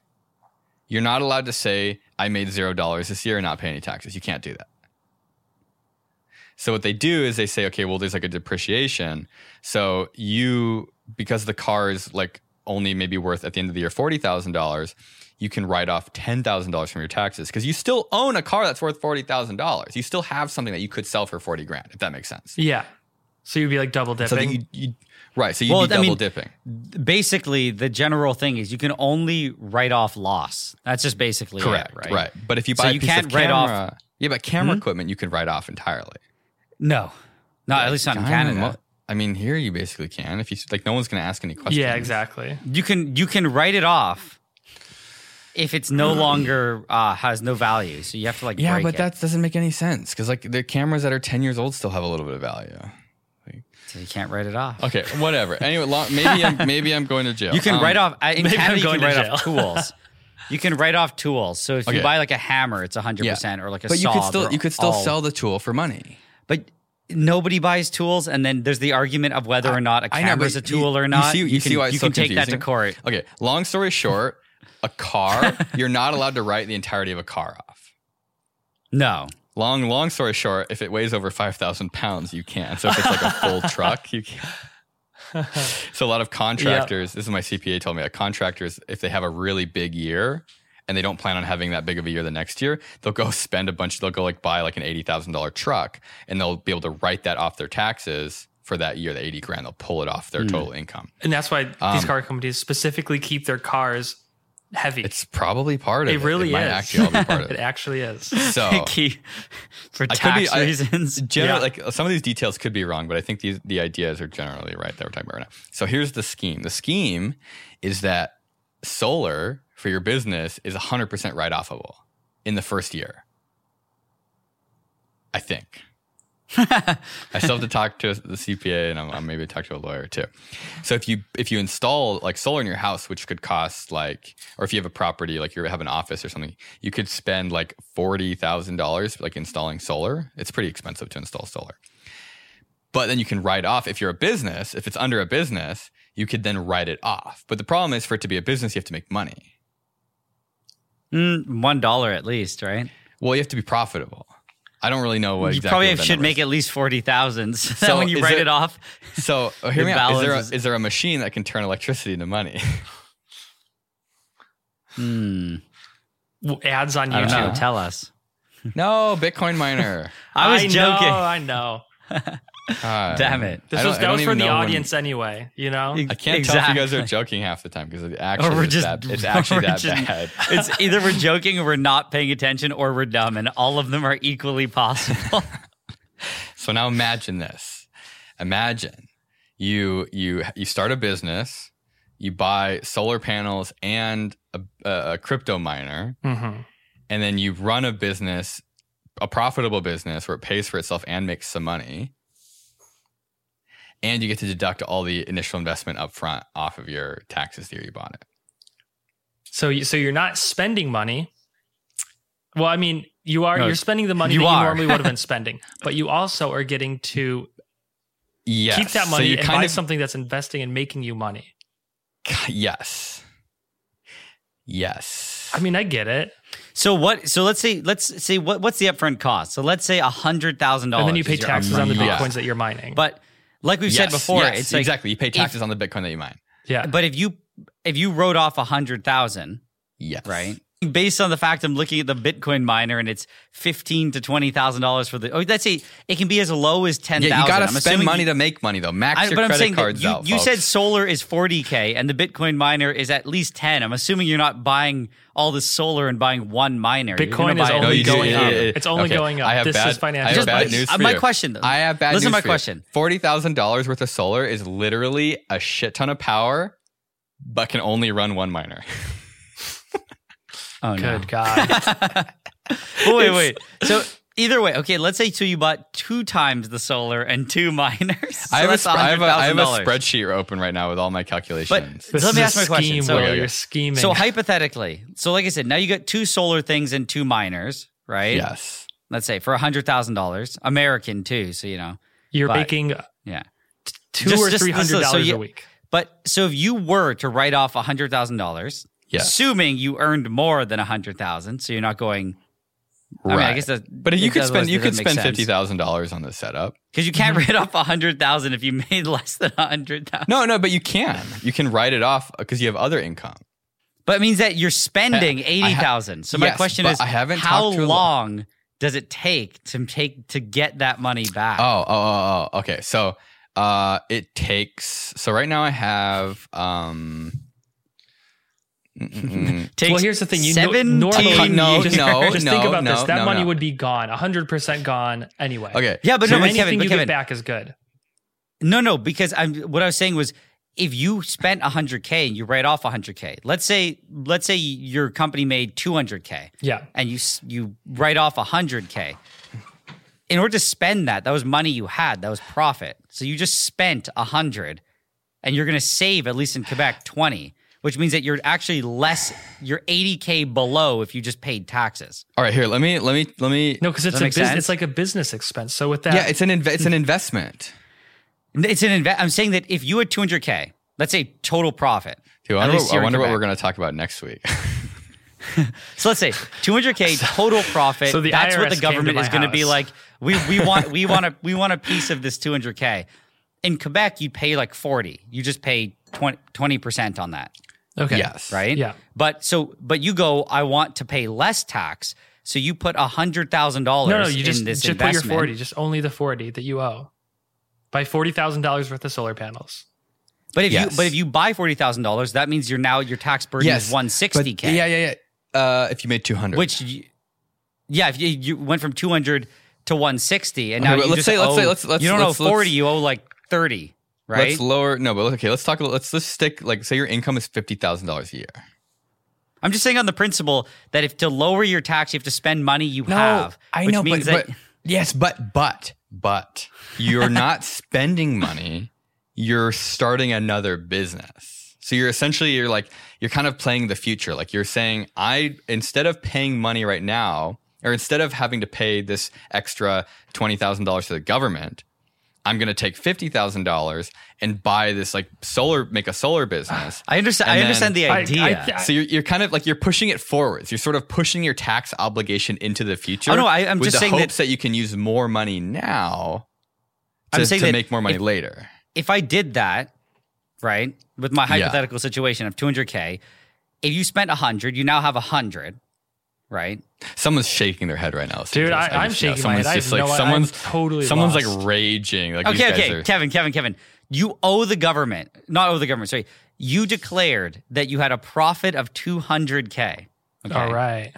Speaker 1: You're not allowed to say I made zero dollars this year and not pay any taxes. You can't do that. So what they do is they say, okay, well, there's like a depreciation. So you because the car is like only maybe worth at the end of the year forty thousand dollars, you can write off ten thousand dollars from your taxes because you still own a car that's worth forty thousand dollars. You still have something that you could sell for forty grand, if that makes sense.
Speaker 2: Yeah. So you'd be like double dipping.
Speaker 1: So then you, you right, so you'd
Speaker 3: Well,
Speaker 1: be
Speaker 3: I
Speaker 1: double
Speaker 3: mean-
Speaker 1: dipping.
Speaker 3: Basically, the general thing is you can only write off loss. That's just basically it,
Speaker 1: Correct, right?
Speaker 3: right?
Speaker 1: But if you
Speaker 3: So
Speaker 1: buy a
Speaker 3: you
Speaker 1: piece
Speaker 3: can't
Speaker 1: of
Speaker 3: write off- Hmm?
Speaker 1: camera- yeah, but camera equipment you can write off entirely.
Speaker 3: No, no, at least not in
Speaker 1: Kind of
Speaker 3: Canada.
Speaker 1: mo- I mean, here you basically can. If you like, no one's going to ask any questions.
Speaker 2: yeah, exactly.
Speaker 3: you can you can write it off if it's no longer uh, has no value. So you have to like
Speaker 1: Yeah,
Speaker 3: break
Speaker 1: but
Speaker 3: it.
Speaker 1: that doesn't make any sense because like the cameras that are ten years old still have a little bit of value.
Speaker 3: So you can't write it off.
Speaker 1: Okay, whatever. anyway, lo- maybe
Speaker 3: *laughs*
Speaker 1: I'm maybe I'm going to jail.
Speaker 3: You can
Speaker 1: Um,
Speaker 3: write off I- in
Speaker 2: maybe I'm
Speaker 3: Canada. You
Speaker 2: going
Speaker 3: can
Speaker 2: to
Speaker 3: write off tools. You can write off tools. So if
Speaker 1: Okay.
Speaker 3: you buy like a hammer, it's hundred percent, or like a
Speaker 1: but you
Speaker 3: saw.
Speaker 1: could still
Speaker 3: they're
Speaker 1: you could still
Speaker 3: all-
Speaker 1: sell the tool for money.
Speaker 3: But nobody buys tools, and then there's the argument of whether or not a
Speaker 1: I know,
Speaker 3: camera is a
Speaker 1: but you-
Speaker 3: tool
Speaker 1: you
Speaker 3: or not.
Speaker 1: see- you see
Speaker 3: can,
Speaker 1: why it's
Speaker 3: you
Speaker 1: so
Speaker 3: can take that to
Speaker 1: confusing?
Speaker 3: court.
Speaker 1: Okay, long story short, a
Speaker 3: *laughs*
Speaker 1: car you're not allowed to write the entirety of a car off.
Speaker 3: No,
Speaker 1: Long long story short, if it weighs over five thousand pounds, you can. So if it's like a
Speaker 2: *laughs*
Speaker 1: full truck, you can. So a lot of contractors. This is my CPA told me. That contractors, if they have a really big year and they don't plan on having that big of a year the next year, they'll go spend a bunch. They'll go like buy like an eighty thousand dollar truck, and they'll be able to write that off their taxes for that year. The eighty grand, they'll pull it off
Speaker 2: Hmm.
Speaker 1: their total income.
Speaker 2: And that's why
Speaker 1: Um,
Speaker 2: these car companies specifically keep their cars heavy.
Speaker 1: It's probably part of
Speaker 2: it
Speaker 1: it.
Speaker 2: really
Speaker 1: it might
Speaker 2: is.
Speaker 1: actually all be part
Speaker 2: *laughs*
Speaker 1: of
Speaker 2: it
Speaker 1: it.
Speaker 2: actually
Speaker 1: *laughs*
Speaker 2: is.
Speaker 1: So
Speaker 3: *laughs* Key- for
Speaker 1: I could be-
Speaker 3: tax
Speaker 1: I-
Speaker 3: reasons. *laughs*
Speaker 1: General,
Speaker 3: Yeah.
Speaker 1: like some of these details could be wrong, but I think these the ideas are generally right that we're talking about right now. So here's the scheme. The scheme is that solar for your business is 100% write offable in the first year. I think. I still have to talk to the CPA and I'm, I'm maybe talk to a lawyer too. So if you if you install like solar in your house, which could cost like, or if you have a property like you have an office or something, you could spend like forty thousand dollars like installing solar. It's pretty expensive to install solar, but then you can write off if you're a business. If it's under a business, you could then write it off. But the problem is for it to be a business, you have to make money.
Speaker 3: Mm, one dollar at least, right?
Speaker 1: Well, you have to be profitable. I don't really know what
Speaker 3: you
Speaker 1: exactly
Speaker 3: probably
Speaker 1: what that
Speaker 3: should
Speaker 1: number
Speaker 3: make
Speaker 1: is.
Speaker 3: at least forty thousand. *laughs* So,
Speaker 1: So
Speaker 3: that when you
Speaker 1: is
Speaker 3: write
Speaker 1: there-
Speaker 3: it off,
Speaker 1: So oh, hear me
Speaker 3: The
Speaker 1: out. Is there, a,
Speaker 3: balance is-
Speaker 1: is there a machine that can turn electricity into money? *laughs*
Speaker 3: Hmm.
Speaker 2: W- Ads on
Speaker 3: I don't know.
Speaker 2: YouTube.
Speaker 3: Tell us.
Speaker 1: no, Bitcoin miner.
Speaker 3: I was joking.
Speaker 2: Know, I know.
Speaker 1: God.
Speaker 3: *laughs* Damn
Speaker 1: Um,
Speaker 3: it.
Speaker 1: I
Speaker 2: This
Speaker 1: don't-
Speaker 2: was
Speaker 1: I
Speaker 2: that
Speaker 1: don't
Speaker 2: was for
Speaker 1: even
Speaker 2: the
Speaker 1: know when-
Speaker 2: audience anyway. You know.
Speaker 1: I can't tell if you guys are joking half the time because it actually
Speaker 3: Or we're
Speaker 1: is
Speaker 3: just
Speaker 1: that, it's actually
Speaker 3: *laughs* we're
Speaker 1: that
Speaker 3: just-
Speaker 1: bad.
Speaker 3: it's either we're joking or we're not paying attention or we're dumb, and all of them are equally possible.
Speaker 1: So now imagine this. Imagine you you you start a business, you buy solar panels and a, a, a crypto miner,
Speaker 2: Mhm.
Speaker 1: and then you run a business, a profitable business where it pays for itself and makes some money. And you get to deduct all the initial investment up front off of your taxes the year you bought it.
Speaker 2: So you, so you're not spending money. Well, I mean, you are.
Speaker 3: No,
Speaker 2: you're spending the money
Speaker 3: you
Speaker 2: that
Speaker 3: are.
Speaker 2: you normally would have
Speaker 3: *laughs*
Speaker 2: been spending, but you also are getting to
Speaker 1: Yes.
Speaker 2: keep that
Speaker 1: So
Speaker 2: money
Speaker 1: you
Speaker 2: and
Speaker 1: kind
Speaker 2: buy
Speaker 1: of-
Speaker 2: something that's investing and making you money.
Speaker 1: Yes. Yes.
Speaker 2: I mean, I get it.
Speaker 3: *laughs* so what? So let's say let's say what what's the upfront cost? So let's say a hundred thousand dollars,
Speaker 2: And then you pay taxes on the
Speaker 1: money.
Speaker 2: bitcoins
Speaker 1: Yeah.
Speaker 2: that you're mining.
Speaker 3: But like we've said
Speaker 1: Yes,
Speaker 3: before,
Speaker 1: yes,
Speaker 3: it's like
Speaker 1: exactly. You pay taxes on the Bitcoin that you mine.
Speaker 2: yeah,
Speaker 3: But if you if you wrote off a hundred thousand,
Speaker 1: Yes.
Speaker 3: right? Based on the fact I'm looking at the Bitcoin miner and it's fifteen to twenty thousand dollars for the. Oh, that's it. It can be as low as ten thousand.
Speaker 1: Yeah, you gotta
Speaker 3: I'm
Speaker 1: spend
Speaker 3: assuming
Speaker 1: money
Speaker 3: you-
Speaker 1: to make money though. Max
Speaker 3: I,
Speaker 1: your
Speaker 3: but I'm
Speaker 1: credit
Speaker 3: saying that
Speaker 1: cards
Speaker 3: you,
Speaker 1: out.
Speaker 3: you said
Speaker 1: folks.
Speaker 3: solar is 40k and the Bitcoin miner is at least 10. I'm assuming you're not buying all the solar and buying one miner. You're gonna
Speaker 2: Bitcoin is
Speaker 3: buy
Speaker 2: only
Speaker 3: at least-
Speaker 1: do-
Speaker 2: going
Speaker 1: yeah,
Speaker 2: up.
Speaker 1: yeah, yeah.
Speaker 2: It's only going up.
Speaker 1: I have
Speaker 2: This
Speaker 1: bad,
Speaker 2: is financial
Speaker 1: I have
Speaker 3: Just-
Speaker 1: bad
Speaker 3: but-
Speaker 1: news
Speaker 3: uh,
Speaker 1: for
Speaker 3: my
Speaker 1: you.
Speaker 3: question, though.
Speaker 1: I have bad
Speaker 3: Listen
Speaker 1: news
Speaker 3: to my
Speaker 1: for you.
Speaker 3: question.
Speaker 1: Forty thousand dollars worth of solar is literally a shit ton of power, but can only run one miner.
Speaker 3: Oh, no.
Speaker 2: good
Speaker 3: *laughs*
Speaker 2: God.
Speaker 3: Well, wait, wait. So either way, okay, let's say so you bought two times the solar and two *laughs* miners. So
Speaker 1: I, have a
Speaker 3: that's
Speaker 1: sp- I have a- I have a
Speaker 3: $100,000.
Speaker 1: spreadsheet open right now with all my calculations.
Speaker 3: But-
Speaker 2: This
Speaker 3: Let me
Speaker 2: is a
Speaker 3: ask my question.
Speaker 2: scheme,
Speaker 3: So-
Speaker 2: Will.
Speaker 1: Okay, okay.
Speaker 2: You're scheming.
Speaker 3: So hypothetically, so like I said, now you got two solar things and two miners, right?
Speaker 1: yes.
Speaker 3: Let's say for hundred thousand dollars, American too. So you know,
Speaker 2: you're
Speaker 3: but-
Speaker 2: making
Speaker 3: yeah.
Speaker 2: two
Speaker 3: Just-
Speaker 2: or
Speaker 3: just-
Speaker 2: three
Speaker 3: this is-
Speaker 2: hundred
Speaker 3: so
Speaker 2: dollars
Speaker 3: you-
Speaker 2: a week.
Speaker 3: But so if you were to write off hundred thousand dollars,
Speaker 1: Yes.
Speaker 3: assuming you earned more than a hundred thousand, so you're not going I mean, I guess that.
Speaker 1: But you could spend you could spend fifty thousand dollars on the setup.
Speaker 3: because you can't
Speaker 1: Mm-hmm.
Speaker 3: write off a hundred thousand if you made *laughs* less than a hundred thousand.
Speaker 1: No, no, but you can. You can write it off because you have other income.
Speaker 3: But it means that you're spending
Speaker 1: I ha-
Speaker 3: eighty thousand. So my
Speaker 1: yes,
Speaker 3: question
Speaker 1: but
Speaker 3: is,
Speaker 1: I haven't
Speaker 3: how
Speaker 1: talked to a lo-
Speaker 3: long does it take to take to get that money back?
Speaker 1: Oh, oh, oh, oh. Okay. So uh it takes so right now I have um mm, mm,
Speaker 3: *laughs*
Speaker 1: mm.
Speaker 3: Takes
Speaker 2: well, here's the thing. You know-
Speaker 3: seventeen
Speaker 2: normally,
Speaker 1: No,
Speaker 3: years.
Speaker 2: just,
Speaker 1: no,
Speaker 2: *laughs* just think
Speaker 1: no,
Speaker 2: about
Speaker 1: no,
Speaker 2: this. That
Speaker 1: no,
Speaker 2: money
Speaker 1: no.
Speaker 2: would be gone, 100% gone anyway.
Speaker 1: okay.
Speaker 3: Yeah, but
Speaker 2: So
Speaker 3: no, but
Speaker 2: anything
Speaker 3: Kevin, but
Speaker 2: you
Speaker 3: Kevin,
Speaker 2: get back is good.
Speaker 3: No, no, because I'm what I was saying was if you spent 100k and you write off 100k. Let's say let's say your company made 200k
Speaker 2: Yeah.
Speaker 3: and you s- you write off 100k. In order to spend that, that was money you had, that was profit. So you just spent 100 and you're going to save at least in Quebec 20, which means that you're actually less you're 80k below if you just paid taxes.
Speaker 1: All right, here. Let me let me let me
Speaker 2: No, because it's
Speaker 3: that
Speaker 2: a
Speaker 3: make
Speaker 2: business.
Speaker 3: sense?
Speaker 2: It's like a business expense. So with that,
Speaker 1: Yeah, it's an inve- it's an investment.
Speaker 3: It's an invest I'm saying that if you had 200k, let's say total profit.
Speaker 1: Dude, I
Speaker 3: at
Speaker 1: wonder,
Speaker 3: least
Speaker 1: what-
Speaker 3: here
Speaker 1: I
Speaker 3: in
Speaker 1: wonder what
Speaker 3: Quebec.
Speaker 1: we're going to talk about next
Speaker 3: *laughs*
Speaker 1: week.
Speaker 3: So let's say
Speaker 2: *laughs*
Speaker 3: 200k total profit.
Speaker 2: So the
Speaker 3: that's what
Speaker 2: IRS came
Speaker 3: the
Speaker 2: to
Speaker 3: government
Speaker 2: my
Speaker 3: is going to be
Speaker 2: house.
Speaker 3: like. We we want we want a we want a piece of this 200k. In Quebec, you pay like 40. You just pay 20 percent on that,
Speaker 2: okay.
Speaker 1: Yes.
Speaker 3: right?
Speaker 2: Yeah.
Speaker 3: But so but you go. I want to pay less tax. So you put hundred thousand
Speaker 2: No, no,
Speaker 3: dollars
Speaker 2: you
Speaker 3: in
Speaker 2: just,
Speaker 3: this
Speaker 2: just put your
Speaker 3: investment.
Speaker 2: 40, just only the 40 that you owe. Buy $40,000 worth of solar panels.
Speaker 3: But if
Speaker 1: Yes.
Speaker 3: you but if you buy forty thousand dollars, that means you're now your tax burden
Speaker 1: Yes.
Speaker 3: is
Speaker 1: but-
Speaker 3: one sixty k.
Speaker 1: Yeah, yeah, yeah. Uh, if you made 200.
Speaker 3: Which, you, yeah, if you, you went from two hundred to one sixty, and
Speaker 1: Okay,
Speaker 3: now
Speaker 1: but
Speaker 3: you
Speaker 1: let's
Speaker 3: just
Speaker 1: say- let's
Speaker 3: owe,
Speaker 1: say- let's- let's-
Speaker 3: you don't
Speaker 1: let's-
Speaker 3: owe forty,
Speaker 1: let's-
Speaker 3: you owe like thirty, right?
Speaker 1: Let's lower. No, but okay, let's talk. Let's let's stick. Like, say your income is fifty thousand dollars a year.
Speaker 3: I'm just saying on the principle that if to lower your tax, you have to spend money you have. which means that,
Speaker 1: yes, but but but
Speaker 3: *laughs*
Speaker 1: you're not spending money. You're starting another business. So you're essentially you're like you're kind of playing the future. Like you're saying, I instead of paying money right now, or instead of having to pay this extra twenty thousand dollars to the government, I'm going to take fifty thousand dollars and buy this like solar, make a solar business.
Speaker 3: *sighs* I understand.
Speaker 1: And
Speaker 3: I
Speaker 1: then-
Speaker 3: understand the
Speaker 2: I- I-
Speaker 3: idea.
Speaker 2: I-
Speaker 1: So you're, you're kind of like you're pushing it forwards. You're sort of pushing your tax obligation into the future.
Speaker 3: Oh, no, I- I'm
Speaker 1: with
Speaker 3: just
Speaker 1: the
Speaker 3: saying that-
Speaker 1: hopes that, you can use more money now to,
Speaker 3: I'm saying
Speaker 1: to
Speaker 3: that
Speaker 1: make more money
Speaker 3: if-
Speaker 1: later.
Speaker 3: if I did that, right, with my
Speaker 1: Yeah.
Speaker 3: hypothetical situation of 200k, if you spent 100, you now have 100, right?
Speaker 1: Someone's shaking their head right now. listening
Speaker 2: Dude,
Speaker 1: to this.
Speaker 2: I- I'm
Speaker 1: just know.
Speaker 2: shaking my
Speaker 1: Someone's
Speaker 2: head. I
Speaker 1: just
Speaker 2: have
Speaker 1: like
Speaker 2: no- I'm
Speaker 1: someone's
Speaker 2: totally
Speaker 1: someone's
Speaker 2: lost.
Speaker 1: like raging. Like these
Speaker 3: okay,
Speaker 1: guys
Speaker 3: okay,
Speaker 1: are,
Speaker 3: Kevin, Kevin, Kevin, you owe the government, not owe the government. Sorry, you declared that you had a profit of 200k. Okay?
Speaker 2: All right.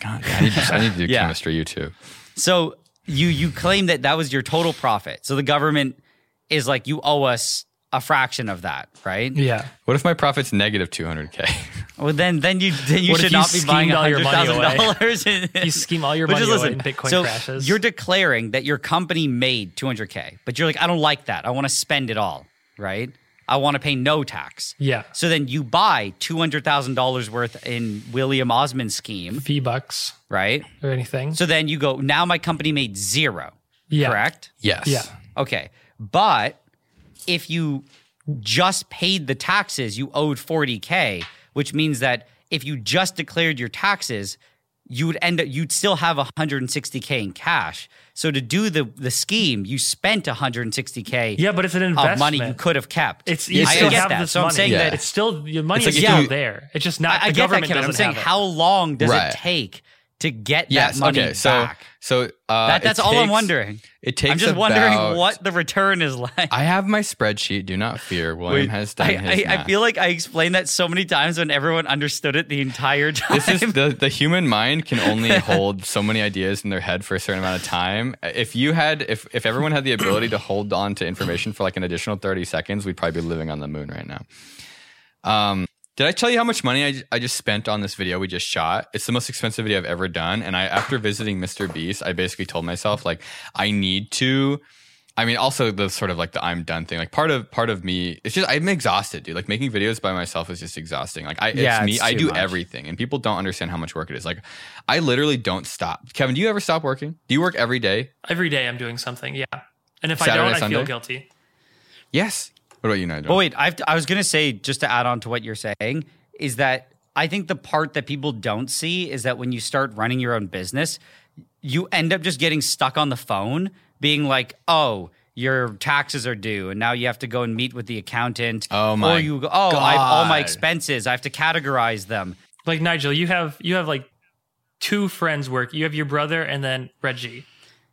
Speaker 1: God, I need, to- I need to do
Speaker 3: *laughs* Yeah.
Speaker 1: chemistry. You too.
Speaker 3: So you you claim that that was your total profit. So the government is like you owe us a fraction of that, right?
Speaker 2: Yeah.
Speaker 1: What if my profit's negative two hundred k? *laughs*
Speaker 3: Well, then then you then you
Speaker 2: What if
Speaker 3: should
Speaker 2: you
Speaker 3: not be buying
Speaker 2: schemed all your
Speaker 3: hundred
Speaker 2: money
Speaker 3: thousand
Speaker 2: away? *laughs*
Speaker 3: dollars.
Speaker 2: You scheme all your
Speaker 3: But
Speaker 2: money
Speaker 3: just
Speaker 2: away
Speaker 3: listen,
Speaker 2: and Bitcoin
Speaker 3: so
Speaker 2: crashes.
Speaker 3: you're declaring that your company made 200k, but you're like, I don't like that. I want to spend it all, right? I want to pay no tax.
Speaker 2: yeah.
Speaker 3: So then you buy two hundred thousand dollars worth in William Osman's scheme,
Speaker 2: Fee bucks
Speaker 3: right?
Speaker 2: or anything.
Speaker 3: So then you go, now my company made zero,
Speaker 2: yeah.
Speaker 3: correct?
Speaker 1: Yes.
Speaker 2: Yeah.
Speaker 3: Okay. But if you just paid the taxes, you owed 40K, which means that if you just declared your taxes, you would end up, you'd still have 160K in cash. So to do the, the scheme, you spent 160K
Speaker 2: Yeah, but it's an
Speaker 3: of
Speaker 2: investment.
Speaker 3: Oh, money you could have kept.
Speaker 2: It's you
Speaker 1: I
Speaker 2: still
Speaker 1: get
Speaker 2: have
Speaker 3: that.
Speaker 2: this
Speaker 3: So I'm
Speaker 2: money.
Speaker 3: saying
Speaker 1: Yeah.
Speaker 3: that
Speaker 2: it's still your money
Speaker 1: It's
Speaker 2: is
Speaker 1: like if
Speaker 2: still
Speaker 1: you-
Speaker 2: there. It's just not.
Speaker 3: I, I
Speaker 2: the
Speaker 3: get that,
Speaker 2: government
Speaker 3: Kevin. I'm
Speaker 2: doesn't
Speaker 3: saying
Speaker 2: have it.
Speaker 3: how long does
Speaker 1: Right.
Speaker 3: it take to get
Speaker 1: Yes.
Speaker 3: that money
Speaker 1: okay. So
Speaker 3: back?
Speaker 1: so uh,
Speaker 3: That,
Speaker 1: it
Speaker 3: that's all I'm
Speaker 1: takes-
Speaker 3: wondering.
Speaker 1: It takes.
Speaker 3: I'm just wondering
Speaker 1: about-
Speaker 3: what the return is like.
Speaker 1: I have my spreadsheet. Do not fear. William
Speaker 3: Wait,
Speaker 1: has done
Speaker 3: I,
Speaker 1: his
Speaker 3: I, I
Speaker 1: math.
Speaker 3: feel like I explained that so many times when everyone understood it the entire time. *laughs*
Speaker 1: this is the, the human mind can only hold so many ideas in their head for a certain amount of time. If you had, if, if everyone had the ability to hold on to information for like an additional 30 seconds, we'd probably be living on the moon right now. Um, did I tell you how much money I, I just spent on this video we just shot? It's the most expensive video I've ever done. And I, after visiting Mr. Beast, I basically told myself like, I need to, I mean, also the sort of like the I'm done thing. Like part of, part of me, it's just, I'm exhausted, dude. Like making videos by myself is just exhausting. Like I,
Speaker 3: Yeah,
Speaker 1: it's me.
Speaker 3: it's
Speaker 1: I
Speaker 3: too
Speaker 1: do
Speaker 3: much.
Speaker 1: everything and people don't understand how much work it is. Like I literally don't stop. Kevin, do you ever stop working? Do you work every day?
Speaker 2: every day I'm doing something. Yeah. And if
Speaker 1: Saturday,
Speaker 2: I don't, I
Speaker 1: Sunday?
Speaker 2: feel guilty.
Speaker 1: Yes. What about you, Nigel?
Speaker 3: But wait, I've, I was going to say, just to add on to what you're saying, is that I think the part that people don't see is that when you start running your own business, you end up just getting stuck on the phone, being like, oh, your taxes are due, and now you have to go and meet with the accountant.
Speaker 1: Oh my
Speaker 3: Or you go, oh, I have all my
Speaker 1: God.
Speaker 3: expenses. I have to categorize them.
Speaker 2: Like Nigel, you have you have like two friends work. You have your brother and then Reggie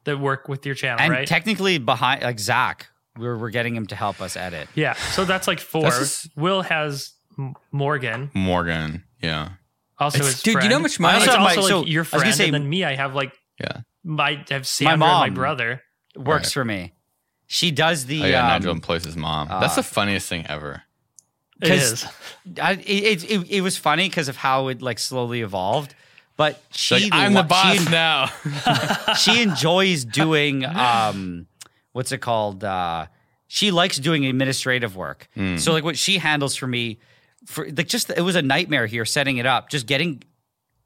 Speaker 2: that work with your channel,
Speaker 3: And
Speaker 2: right?
Speaker 3: technically, behind like Zach, we're we're getting him to help us edit.
Speaker 2: yeah. So that's like four.
Speaker 1: This is-
Speaker 2: Will has M- Morgan,
Speaker 1: Morgan. Yeah.
Speaker 2: also
Speaker 1: It's-
Speaker 2: his
Speaker 1: dude, you
Speaker 2: friend.
Speaker 1: know how much money-
Speaker 2: It's
Speaker 3: I also-
Speaker 2: also
Speaker 3: my-
Speaker 2: like
Speaker 3: so,
Speaker 2: your
Speaker 3: I was gonna
Speaker 2: friend,
Speaker 3: say-
Speaker 2: and then me. I have like
Speaker 1: Yeah. Oh,
Speaker 2: my I have Sandra
Speaker 3: mom.
Speaker 2: and my brother.
Speaker 3: Works
Speaker 1: Right.
Speaker 3: for me. She does the
Speaker 1: Oh yeah,
Speaker 3: um,
Speaker 1: Nigel employs his mom. That's the funniest thing ever.
Speaker 2: It
Speaker 3: 'Cause-
Speaker 2: is.
Speaker 3: I, it, it, it, it was funny because of how it like slowly evolved. But she,
Speaker 1: She's like, I'm the
Speaker 3: lo-
Speaker 1: boss
Speaker 3: she, *laughs*
Speaker 1: now. *laughs*
Speaker 3: she enjoys doing um, what's it called? Uh, she likes doing administrative work.
Speaker 1: Hmm.
Speaker 3: So like what she handles for me, for like just it was a nightmare here setting it up. Just getting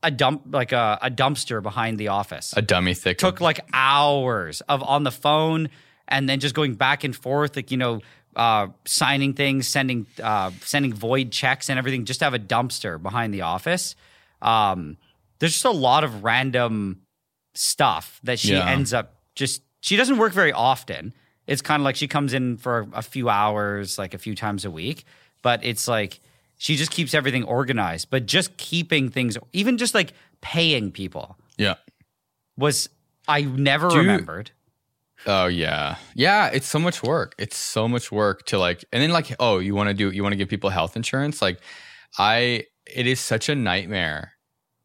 Speaker 3: a dump like a, a dumpster behind the office
Speaker 1: a dummy thick.
Speaker 3: took like hours of on the phone and then just going back and forth like you know uh, signing things sending uh, sending void checks and everything just to have a dumpster behind the office um, there's just a lot of random stuff that she
Speaker 1: Yeah.
Speaker 3: ends up just she doesn't work very often it's kind of like she comes in for a few hours like a few times a week but it's like she just keeps everything organized but just keeping things even just like paying people
Speaker 1: yeah.
Speaker 3: was I never
Speaker 1: you-
Speaker 3: remembered.
Speaker 1: Oh yeah. Yeah, it's so much work. It's so much work to like and then like oh, you want to do you want to give people health insurance? Like I it is such a nightmare.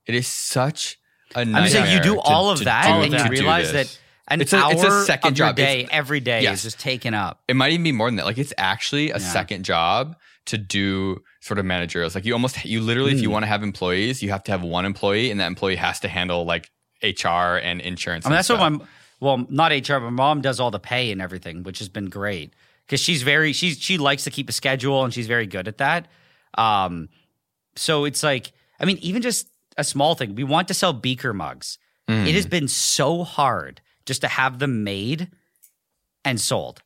Speaker 1: It is such a nightmare.
Speaker 3: I'm saying you do
Speaker 1: to-
Speaker 3: all of
Speaker 1: to
Speaker 3: that,
Speaker 1: do-
Speaker 3: and
Speaker 1: to
Speaker 3: you
Speaker 1: do
Speaker 3: realize
Speaker 1: this.
Speaker 3: that an
Speaker 1: It's
Speaker 3: hour
Speaker 1: a- it's a second
Speaker 3: of your
Speaker 1: job.
Speaker 3: day
Speaker 1: It's-
Speaker 3: every day
Speaker 1: Yes.
Speaker 3: is just taken up.
Speaker 1: it might even be more than that. Like it's actually a
Speaker 3: Yeah.
Speaker 1: second job to do sort of managerial. It's like you almost you literally if you
Speaker 3: Mm.
Speaker 1: want to have employees, you have to have one employee, and that employee has to handle like HR and insurance.
Speaker 3: I mean,
Speaker 1: and
Speaker 3: that's
Speaker 1: stuff.
Speaker 3: what my well, not HR, but mom does all the pay and everything, which has been great because she's very she's she likes to keep a schedule and she's very good at that. Um, so it's like I mean, even just a small thing. We want to sell beaker mugs.
Speaker 1: Mm.
Speaker 3: It has been so hard just to have them made and sold.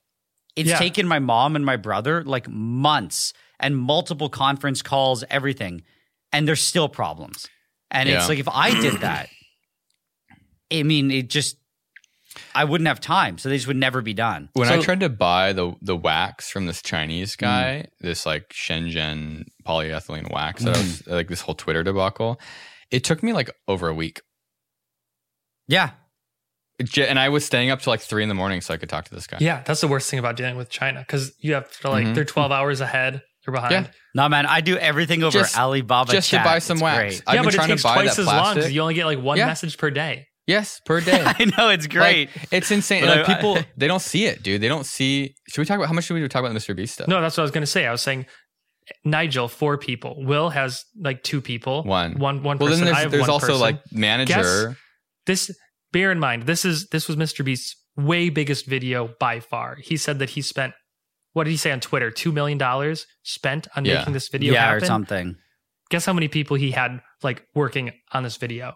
Speaker 3: It's
Speaker 2: Yeah.
Speaker 3: taken my mom and my brother like months and multiple conference calls, everything, and there's still problems. And
Speaker 1: Yeah.
Speaker 3: it's like if I did that, I mean, it just I wouldn't have time, so they just would never be done.
Speaker 1: When I
Speaker 2: So- Mm.
Speaker 1: tried to buy the the wax from this Chinese guy, this like Shenzhen polyethylene wax, that I was,
Speaker 2: Mm.
Speaker 1: like this whole Twitter debacle, it took me like over a week,
Speaker 3: Yeah,
Speaker 1: It j- and I was staying up till like three in the morning so I could talk to this guy.
Speaker 2: Yeah, that's the worst thing about dealing with China because you have to like
Speaker 1: Mhm.
Speaker 2: they're twelve hours ahead or behind.
Speaker 1: Yeah.
Speaker 3: no, man, I do everything over
Speaker 1: Just-
Speaker 3: Alibaba
Speaker 1: just to
Speaker 3: chat.
Speaker 1: buy some
Speaker 3: It's
Speaker 1: wax.
Speaker 3: great. *laughs*
Speaker 1: I've
Speaker 2: yeah,
Speaker 1: been
Speaker 2: but it
Speaker 1: trying to
Speaker 2: takes
Speaker 1: buy
Speaker 2: twice
Speaker 1: that
Speaker 2: as long
Speaker 1: plastic.
Speaker 2: because you only get like one
Speaker 1: Yeah.
Speaker 2: message per day.
Speaker 1: Yes, per
Speaker 2: *laughs*
Speaker 1: day.
Speaker 3: I know it's great.
Speaker 1: Like, it's insane.
Speaker 3: But
Speaker 1: Like,
Speaker 3: I-
Speaker 1: people, they don't see it, dude. They don't see. Should we talk about how much should we talk about the Mr. Beast stuff?
Speaker 2: No, that's what I was gonna say. I was saying Nigel four people. Will has like two people.
Speaker 1: One.
Speaker 2: One one
Speaker 1: Well,
Speaker 2: person.
Speaker 1: then
Speaker 2: I
Speaker 1: there's,
Speaker 2: have
Speaker 1: there's
Speaker 2: one
Speaker 1: also
Speaker 2: person.
Speaker 1: like manager.
Speaker 2: this. Bear in mind, this is this was Mr. Beast's way biggest video by far. He said that he spent what did he say on Twitter? Two million dollars spent on
Speaker 1: Yeah.
Speaker 2: making this video
Speaker 3: yeah, or
Speaker 2: happen.
Speaker 3: something.
Speaker 2: Guess how many people he had like working on this video?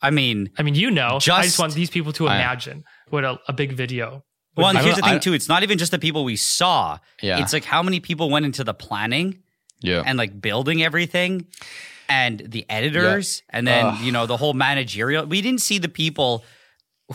Speaker 3: I mean,
Speaker 2: I mean, you know, I
Speaker 3: Just-
Speaker 2: just want these people to
Speaker 1: I-
Speaker 2: imagine what a, a big video. would
Speaker 3: well, and
Speaker 2: be.
Speaker 1: I
Speaker 3: here's the
Speaker 1: don't-
Speaker 3: thing
Speaker 1: I-
Speaker 3: too. It's not even just the people we saw.
Speaker 1: Yeah.
Speaker 3: It's like how many people went into the planning
Speaker 1: yeah.
Speaker 3: and like building everything and the editors and then,
Speaker 1: Ugh.
Speaker 3: you know, the whole managerial. We didn't see the people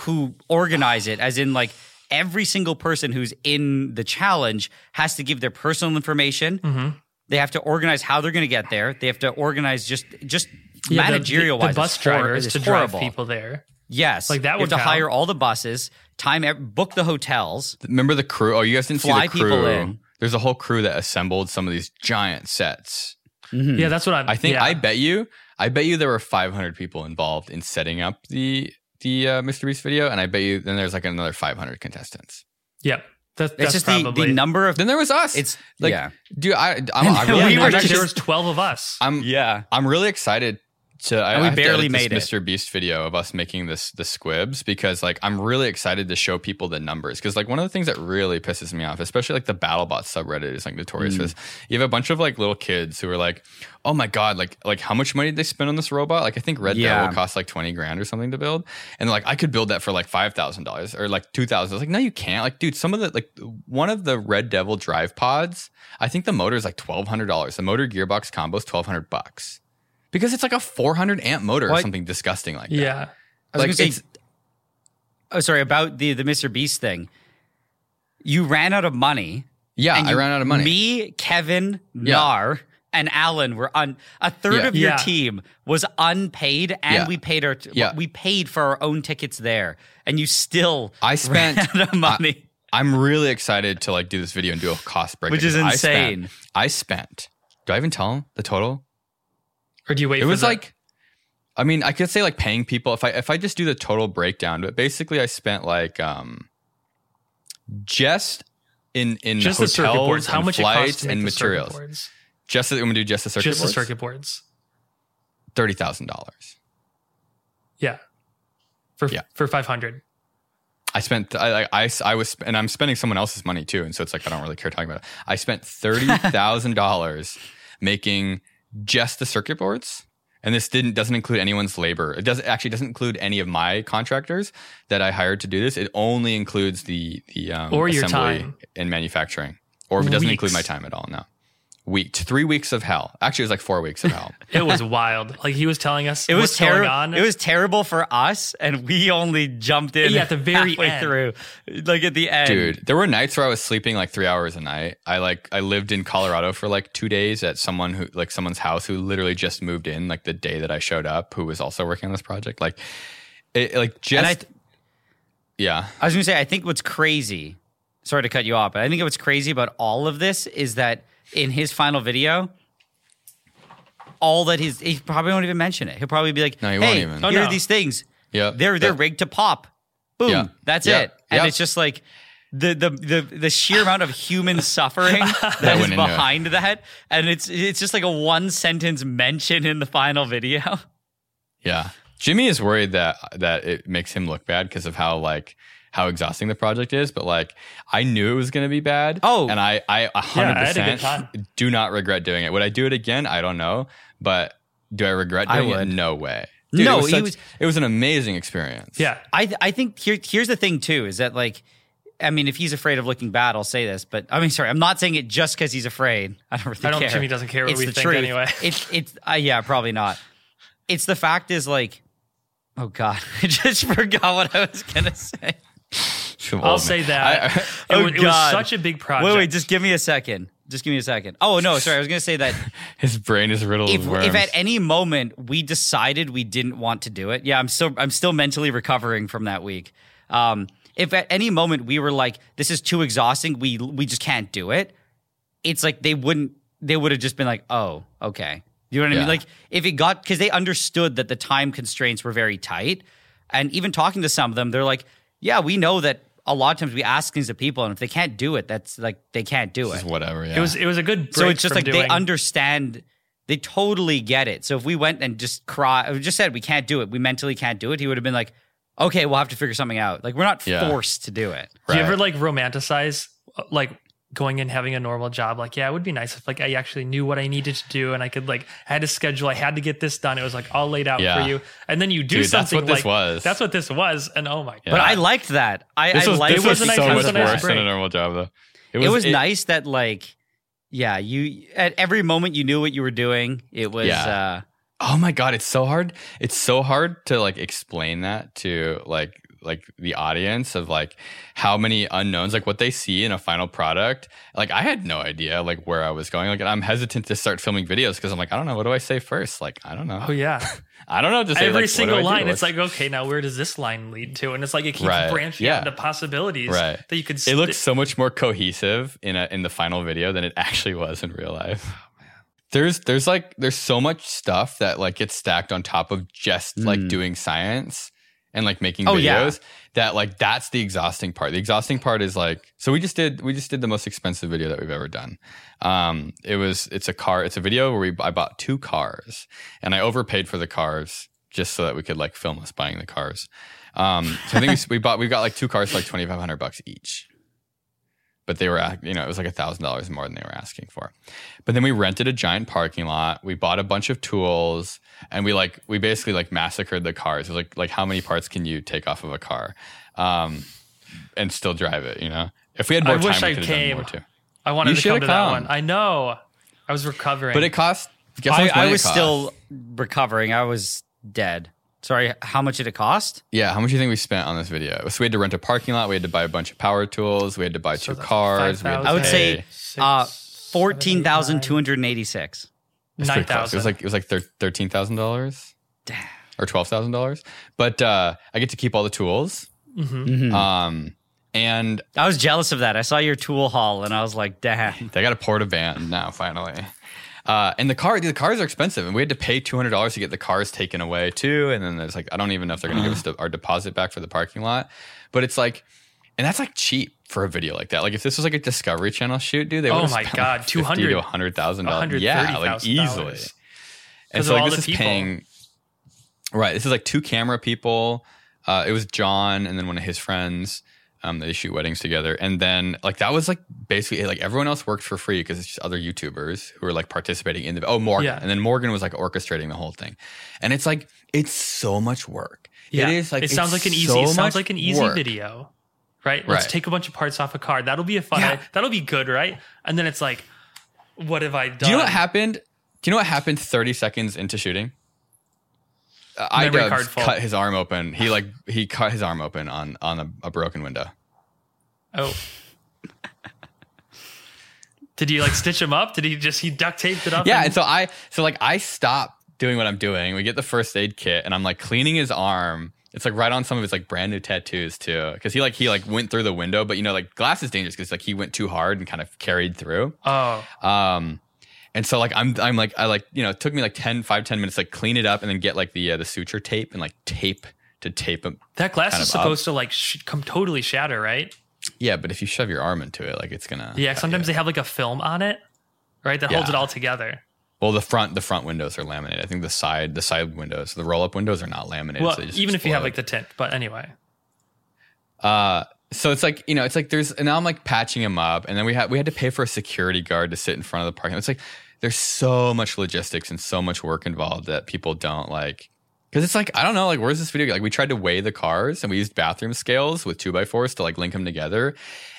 Speaker 3: who organize it, as in like every single person who's in the challenge has to give their personal information.
Speaker 2: Mhm.
Speaker 3: They have to organize how they're going to get there. They have to organize just, just
Speaker 2: Yeah, the-
Speaker 3: managerial
Speaker 2: the,
Speaker 3: wise.
Speaker 2: the bus drivers to drive people there.
Speaker 3: Yes.
Speaker 2: Like, that
Speaker 3: You
Speaker 2: would
Speaker 3: have to
Speaker 2: count.
Speaker 3: hire all the buses, time, ev- book the hotels.
Speaker 1: Remember the crew? Oh, you guys didn't
Speaker 3: Fly
Speaker 1: see the crew.
Speaker 3: people in.
Speaker 1: There's a whole crew that assembled some of these giant sets.
Speaker 3: Mhm.
Speaker 2: Yeah, that's what I'm.
Speaker 1: I think
Speaker 2: yeah.
Speaker 1: I bet you, I bet you there were 500 people involved in setting up the the uh, Mr. Beast video, and I bet you then there's like another 500 contestants.
Speaker 2: Yeah, that,
Speaker 3: It's
Speaker 2: that's
Speaker 3: just the,
Speaker 2: probably.
Speaker 3: the number of
Speaker 1: Then there was us.
Speaker 3: It's
Speaker 1: Like,
Speaker 3: yeah,
Speaker 1: dude, I, I'm, I
Speaker 3: Yeah,
Speaker 1: really,
Speaker 2: we
Speaker 3: I'm
Speaker 2: were
Speaker 3: actually-
Speaker 2: there was twelve of us.
Speaker 1: I'm,
Speaker 3: yeah.
Speaker 1: I'm really excited to I,
Speaker 3: And
Speaker 1: we
Speaker 3: we
Speaker 1: I barely
Speaker 3: barely
Speaker 1: made
Speaker 3: made it.
Speaker 1: this Mr. Beast video of us making this the squibs because like I'm really excited to show people the numbers because like one of the things that really pisses me off, especially like the BattleBot subreddit is like notorious for
Speaker 3: Mm.
Speaker 1: this. You have a bunch of like little kids who are like, "Oh my god, like like how much money did they spend on this robot? Like I think Red
Speaker 3: Yeah.
Speaker 1: Dead will cost like twenty grand or something to build, and like I could build that for like five thousand dollars or like two thousand. I was like, no, you can't. Like dude, some of the like one of the Red Devil drive pods, I think the motor is like twelve hundred dollars. The motor gearbox combo is twelve hundred bucks. Because it's like a 400 amp motor or
Speaker 3: What?
Speaker 1: something disgusting like that.
Speaker 2: Yeah.
Speaker 3: I was
Speaker 1: Like,
Speaker 3: gonna say,
Speaker 1: it's-
Speaker 3: oh, sorry about the the Mr. Beast thing. You ran out of money.
Speaker 1: Yeah,
Speaker 3: and
Speaker 1: I
Speaker 3: you-
Speaker 1: ran out of money.
Speaker 3: Me, Kevin,
Speaker 1: Yeah.
Speaker 3: Nar, and Alan were on a third
Speaker 1: Yeah.
Speaker 3: of your
Speaker 2: Yeah.
Speaker 3: team was unpaid, and
Speaker 1: Yeah.
Speaker 3: we paid our
Speaker 1: Yeah.
Speaker 3: we paid for our own tickets there, and you still
Speaker 1: I
Speaker 3: *laughs* ran
Speaker 1: spent
Speaker 3: out of money.
Speaker 1: I'm really excited to like do this video and do a cost breakdown.
Speaker 3: Which is
Speaker 1: because
Speaker 3: insane.
Speaker 1: I spent, I spent do I even tell them the total?
Speaker 2: Or do you wait?
Speaker 1: It
Speaker 2: for
Speaker 1: was
Speaker 2: the-
Speaker 1: like I mean, I could say like paying people if I if I just do the total breakdown, but basically I spent like um just in in
Speaker 2: just the
Speaker 1: hotels
Speaker 2: circuit boards. How
Speaker 1: and
Speaker 2: much it
Speaker 1: flights
Speaker 2: costs to make
Speaker 1: and
Speaker 2: the circuit
Speaker 1: materials.
Speaker 2: boards?
Speaker 1: Just the, I'm gonna do just the circuit
Speaker 2: Just the
Speaker 1: boards.
Speaker 2: circuit boards.
Speaker 1: Thirty thousand dollars.
Speaker 2: Yeah. For
Speaker 1: Yeah.
Speaker 2: for five hundred.
Speaker 1: I spent I, I- I, I was and I'm spending someone else's money too, and so it's like I don't really care talking about it. I spent thirty thousand
Speaker 2: *laughs*
Speaker 1: dollars making just the circuit boards, and this didn't doesn't include anyone's labor. It doesn't actually doesn't include any of my contractors that I hired to do this. It only includes the the um,
Speaker 2: Or your
Speaker 1: assembly
Speaker 2: time.
Speaker 1: and manufacturing, or if it doesn't include
Speaker 2: Weeks.
Speaker 1: my time at all. No, week three weeks of hell. Actually, it was like four weeks of
Speaker 2: *laughs*
Speaker 1: hell.
Speaker 2: It was wild. Like he was telling us
Speaker 3: It was
Speaker 2: what's going on.
Speaker 3: terrible. It was terrible for us, and we only jumped in
Speaker 2: Yeah, at the very
Speaker 3: halfway
Speaker 2: end.
Speaker 3: through, like at the end.
Speaker 1: Dude, there were nights where I was sleeping like three hours a night. I like I lived in Colorado for like two days at someone who like someone's house who literally just moved in like the day that I showed up, who was also working on this project. Like, it like just
Speaker 3: and I, th-
Speaker 1: yeah,
Speaker 3: I was gonna say, I think what's crazy. Sorry to cut you off, but I think what's crazy about all of this is that in his final video, all that he's he probably won't even mention it. He'll probably be like,
Speaker 1: No, he
Speaker 3: hey,
Speaker 1: won't even.
Speaker 3: Here
Speaker 2: Oh,
Speaker 3: are
Speaker 2: no.
Speaker 3: these things.
Speaker 1: yeah.
Speaker 3: They're they're
Speaker 1: That-
Speaker 3: rigged to pop. Boom.
Speaker 1: Yeah.
Speaker 3: That's
Speaker 1: Yeah.
Speaker 3: it. And
Speaker 1: Yeah.
Speaker 3: it's just like the the the the sheer amount of
Speaker 1: *laughs*
Speaker 3: human suffering
Speaker 1: That
Speaker 3: that is
Speaker 1: went into it.
Speaker 3: behind that. And it's it's just like a one sentence mention in the final video.
Speaker 1: yeah. Jimmy is worried that that it makes him look bad because of how like how exhausting the project is. But like I knew it was gonna be bad.
Speaker 3: Oh.
Speaker 1: and I I a
Speaker 2: Yeah,
Speaker 1: hundred
Speaker 2: I had a good
Speaker 1: percent
Speaker 2: time.
Speaker 1: do not regret doing it. Would I do it again? I don't know, but. Do I regret
Speaker 3: I
Speaker 1: doing it?
Speaker 3: would.
Speaker 1: No way.
Speaker 3: No,
Speaker 1: it was,
Speaker 3: he
Speaker 1: such-
Speaker 3: was-
Speaker 1: It was an amazing experience. *laughs*
Speaker 2: Yeah.
Speaker 3: I th- I think here here's the thing too is that like I mean if he's afraid of looking bad I'll say this but I mean sorry I'm not saying it just because he's afraid I don't really
Speaker 2: I don't-
Speaker 3: care.
Speaker 2: Jimmy doesn't care what
Speaker 3: It's
Speaker 2: we
Speaker 3: the
Speaker 2: think
Speaker 3: truth.
Speaker 2: anyway.
Speaker 3: it's it's uh, yeah probably not it's the fact is like oh god *laughs* I just forgot what I was gonna say
Speaker 1: Too
Speaker 2: I'll
Speaker 1: old,
Speaker 2: say
Speaker 1: man.
Speaker 2: that.
Speaker 1: I- *laughs* I-
Speaker 2: it,
Speaker 3: Oh,
Speaker 2: was, it was
Speaker 3: God.
Speaker 2: such a big project.
Speaker 3: wait wait just give me a second just give me a second oh no sorry I was gonna say that
Speaker 1: his brain is riddled
Speaker 3: if
Speaker 1: with worms.
Speaker 3: if at any moment we decided we didn't want to do it, yeah, I'm still I'm still mentally recovering from that week. Um, if at any moment we were like, this is too exhausting, we we just can't do it. It's like they wouldn't they would have just been like, oh, okay. You know what I
Speaker 1: Yeah.
Speaker 3: mean? Like if it got because they understood that the time constraints were very tight, and even talking to some of them, they're like, yeah, we know that a lot of times we ask things to people, and if they can't do it, that's like they can't do it.
Speaker 1: Just whatever. Yeah.
Speaker 2: It was it was a good. Break
Speaker 3: So it's just
Speaker 2: from
Speaker 3: like they
Speaker 2: doing-
Speaker 3: understand, they totally get it. So if we went and just cry, just said we can't do it, we mentally can't do it, he would have been like, okay, we'll have to figure something out. Like we're not
Speaker 1: Yeah.
Speaker 3: forced to do it.
Speaker 2: Do you
Speaker 1: Right.
Speaker 2: ever like romanticize uh, like going and having a normal job? Like, yeah, it would be nice if like I actually knew what I needed to do and I could like I had a schedule, I had to get this done. It was like all laid out
Speaker 1: Yeah.
Speaker 2: for you, and then you do
Speaker 1: Dude, that's
Speaker 2: something.
Speaker 1: what this
Speaker 2: like,
Speaker 1: was.
Speaker 2: That's what this was. And oh my
Speaker 3: But
Speaker 2: god,
Speaker 3: I liked that. I,
Speaker 1: This
Speaker 3: I
Speaker 1: was,
Speaker 3: liked
Speaker 1: this
Speaker 2: it
Speaker 1: was
Speaker 2: was a nice-
Speaker 1: so
Speaker 2: it
Speaker 1: much
Speaker 2: was a nice
Speaker 1: worse than
Speaker 2: break.
Speaker 1: a normal job, though.
Speaker 3: it was nice that like, yeah, you at every moment you knew what you were doing. It was
Speaker 1: Yeah.
Speaker 3: uh,
Speaker 1: Oh my god, it's so hard. It's so hard to like explain that to like like the audience of like how many unknowns, like what they see in a final product. Like I had no idea like where I was going. Like I'm hesitant to start filming videos because I'm like I don't know what do I say first. Like I don't know.
Speaker 2: oh yeah.
Speaker 1: I don't know. what To *laughs* say
Speaker 2: Every
Speaker 1: like, what do I
Speaker 2: single
Speaker 1: do?
Speaker 2: line,
Speaker 1: What's-
Speaker 2: it's like okay, now where does this line lead to? And it's like it keeps
Speaker 1: Right.
Speaker 2: branching
Speaker 1: Yeah.
Speaker 2: out into possibilities
Speaker 1: Right.
Speaker 2: that you could.
Speaker 1: It looks so much more cohesive in a, in the final video than it actually was in real life.
Speaker 3: Oh,
Speaker 1: There's there's like there's so much stuff that like gets stacked on top of just like
Speaker 3: Mm.
Speaker 1: doing science. and like making
Speaker 3: Oh,
Speaker 1: videos
Speaker 3: yeah.
Speaker 1: that like that's the exhausting part. The exhausting part is like so we just did we just did the most expensive video that we've ever done. Um it was it's a car it's a video where we I bought two cars and I overpaid for the cars just so that we could like film us buying the cars. Um so I think we, s- we bought we got like two cars for like 2500 bucks each. But they were, ac- you know, it was like a thousand dollars more than they were asking for. But then we rented a giant parking lot. We bought a bunch of tools, and we like we basically like massacred the cars. It was like like how many parts can you take off of a car, um, and still drive it? You know, if we had
Speaker 2: I
Speaker 1: more time,
Speaker 2: wish
Speaker 1: we
Speaker 2: I
Speaker 1: could have done
Speaker 2: came.
Speaker 1: more too.
Speaker 2: I wanted
Speaker 1: You
Speaker 2: to
Speaker 1: shoulda
Speaker 2: come to that
Speaker 1: come.
Speaker 2: one. I know. I was recovering.
Speaker 1: But it cost. Guess how
Speaker 3: I,
Speaker 1: much money
Speaker 3: I
Speaker 1: it
Speaker 3: was
Speaker 1: cost?
Speaker 3: still recovering. I was dead. Sorry, how much did it cost?
Speaker 1: Yeah, how much do you think we spent on this video? So we had to rent a parking lot. We had to buy a bunch of power tools. We had to buy
Speaker 2: So
Speaker 1: two
Speaker 2: that's
Speaker 1: cars. We had to
Speaker 2: 5,000.
Speaker 3: I would say,
Speaker 1: pay-
Speaker 2: Six,
Speaker 3: Uh,
Speaker 2: seven, eight,
Speaker 3: fourteen thousand two hundred eighty-six.
Speaker 1: It's
Speaker 2: nine
Speaker 1: pretty close. It
Speaker 2: thousand.
Speaker 1: was like it was like thir- thirteen thousand dollars, or twelve thousand dollars. But uh, I get to keep all the tools.
Speaker 2: Mhm.
Speaker 1: Um, and
Speaker 3: I was jealous of that. I saw your tool haul and I was like,
Speaker 1: *laughs*
Speaker 3: damn.
Speaker 1: they got a porta van now finally. Uh, and the car, the cars are expensive, and we had to pay two hundred dollars to get the cars taken away too. And then there's like, I don't even know if they're going to
Speaker 2: Uh-huh.
Speaker 1: give us the, our deposit back for the parking lot, but it's like, and that's like cheap for a video like that. Like if this was like a Discovery Channel shoot, dude, they
Speaker 2: Oh
Speaker 1: would
Speaker 2: my God,
Speaker 1: two hundred to hundred thousand dollars, yeah, like
Speaker 2: $130,000.
Speaker 1: easily. And
Speaker 2: 'Cause
Speaker 1: so
Speaker 2: of
Speaker 1: like,
Speaker 2: all
Speaker 1: this is
Speaker 2: the people.
Speaker 1: paying. Right, this is like two camera people. Uh, it was John and then one of his friends. Um, they shoot weddings together, and then like that was like basically it. like everyone else worked for free because it's just other YouTubers who were like participating in the oh Morgan,
Speaker 2: Yeah.
Speaker 1: and then Morgan was like orchestrating the whole thing, and it's like it's so much work.
Speaker 2: Yeah.
Speaker 1: It is like
Speaker 2: it sounds
Speaker 1: it's
Speaker 2: like an easy.
Speaker 1: so
Speaker 2: it
Speaker 1: much
Speaker 2: sounds like an easy
Speaker 1: work.
Speaker 2: video, right? Let's
Speaker 1: Right.
Speaker 2: take a bunch of parts off a car. That'll be a fun.
Speaker 1: Yeah.
Speaker 2: That'll be good, right? And then it's like, what have I done?
Speaker 1: Do you know what happened? Do you know what happened 30 seconds into shooting? Uh,
Speaker 2: Memory
Speaker 1: Idubbbz
Speaker 2: card fault.
Speaker 1: cut his arm open. He like he cut his arm open on on a, a broken window.
Speaker 2: Oh. Did he like stitch him up? Did he just he duct taped it up?
Speaker 1: Yeah,
Speaker 2: and-
Speaker 1: and so I so like I stop doing what I'm doing. We get the first aid kit, and I'm like cleaning his arm. It's like right on some of his like brand new tattoos too, because he like he like went through the window, but you know like glass is dangerous because like he went too hard and kind of carried through.
Speaker 2: oh,
Speaker 1: Um, and so like I'm I'm like I like you know it took me like 10, 5, 10 minutes to, like clean it up and then get like the uh, the suture tape and like tape to tape him.
Speaker 2: that glass
Speaker 1: Kind
Speaker 2: is
Speaker 1: of up.
Speaker 2: supposed to like sh- come totally shatter, right?
Speaker 1: Yeah, but if you shove your arm into it, like it's gonna.
Speaker 2: Yeah. Sometimes they have like a film on it, right? That holds
Speaker 1: Yeah.
Speaker 2: it all together.
Speaker 1: Well, the front the front windows are laminated. I think the side the side windows the roll up windows are not laminated.
Speaker 2: Well,
Speaker 1: so they just
Speaker 2: even if you have
Speaker 1: explode.
Speaker 2: like the tint, but anyway,
Speaker 1: Uh, so it's like you know, it's like there's and now I'm like patching him up, and then we had we had to pay for a security guard to sit in front of the parking. lot. It's like there's so much logistics and so much work involved that people don't like. Because it's like I don't know, like where's this video? Like we tried to weigh the cars and we used bathroom scales with two by fours to like link them together,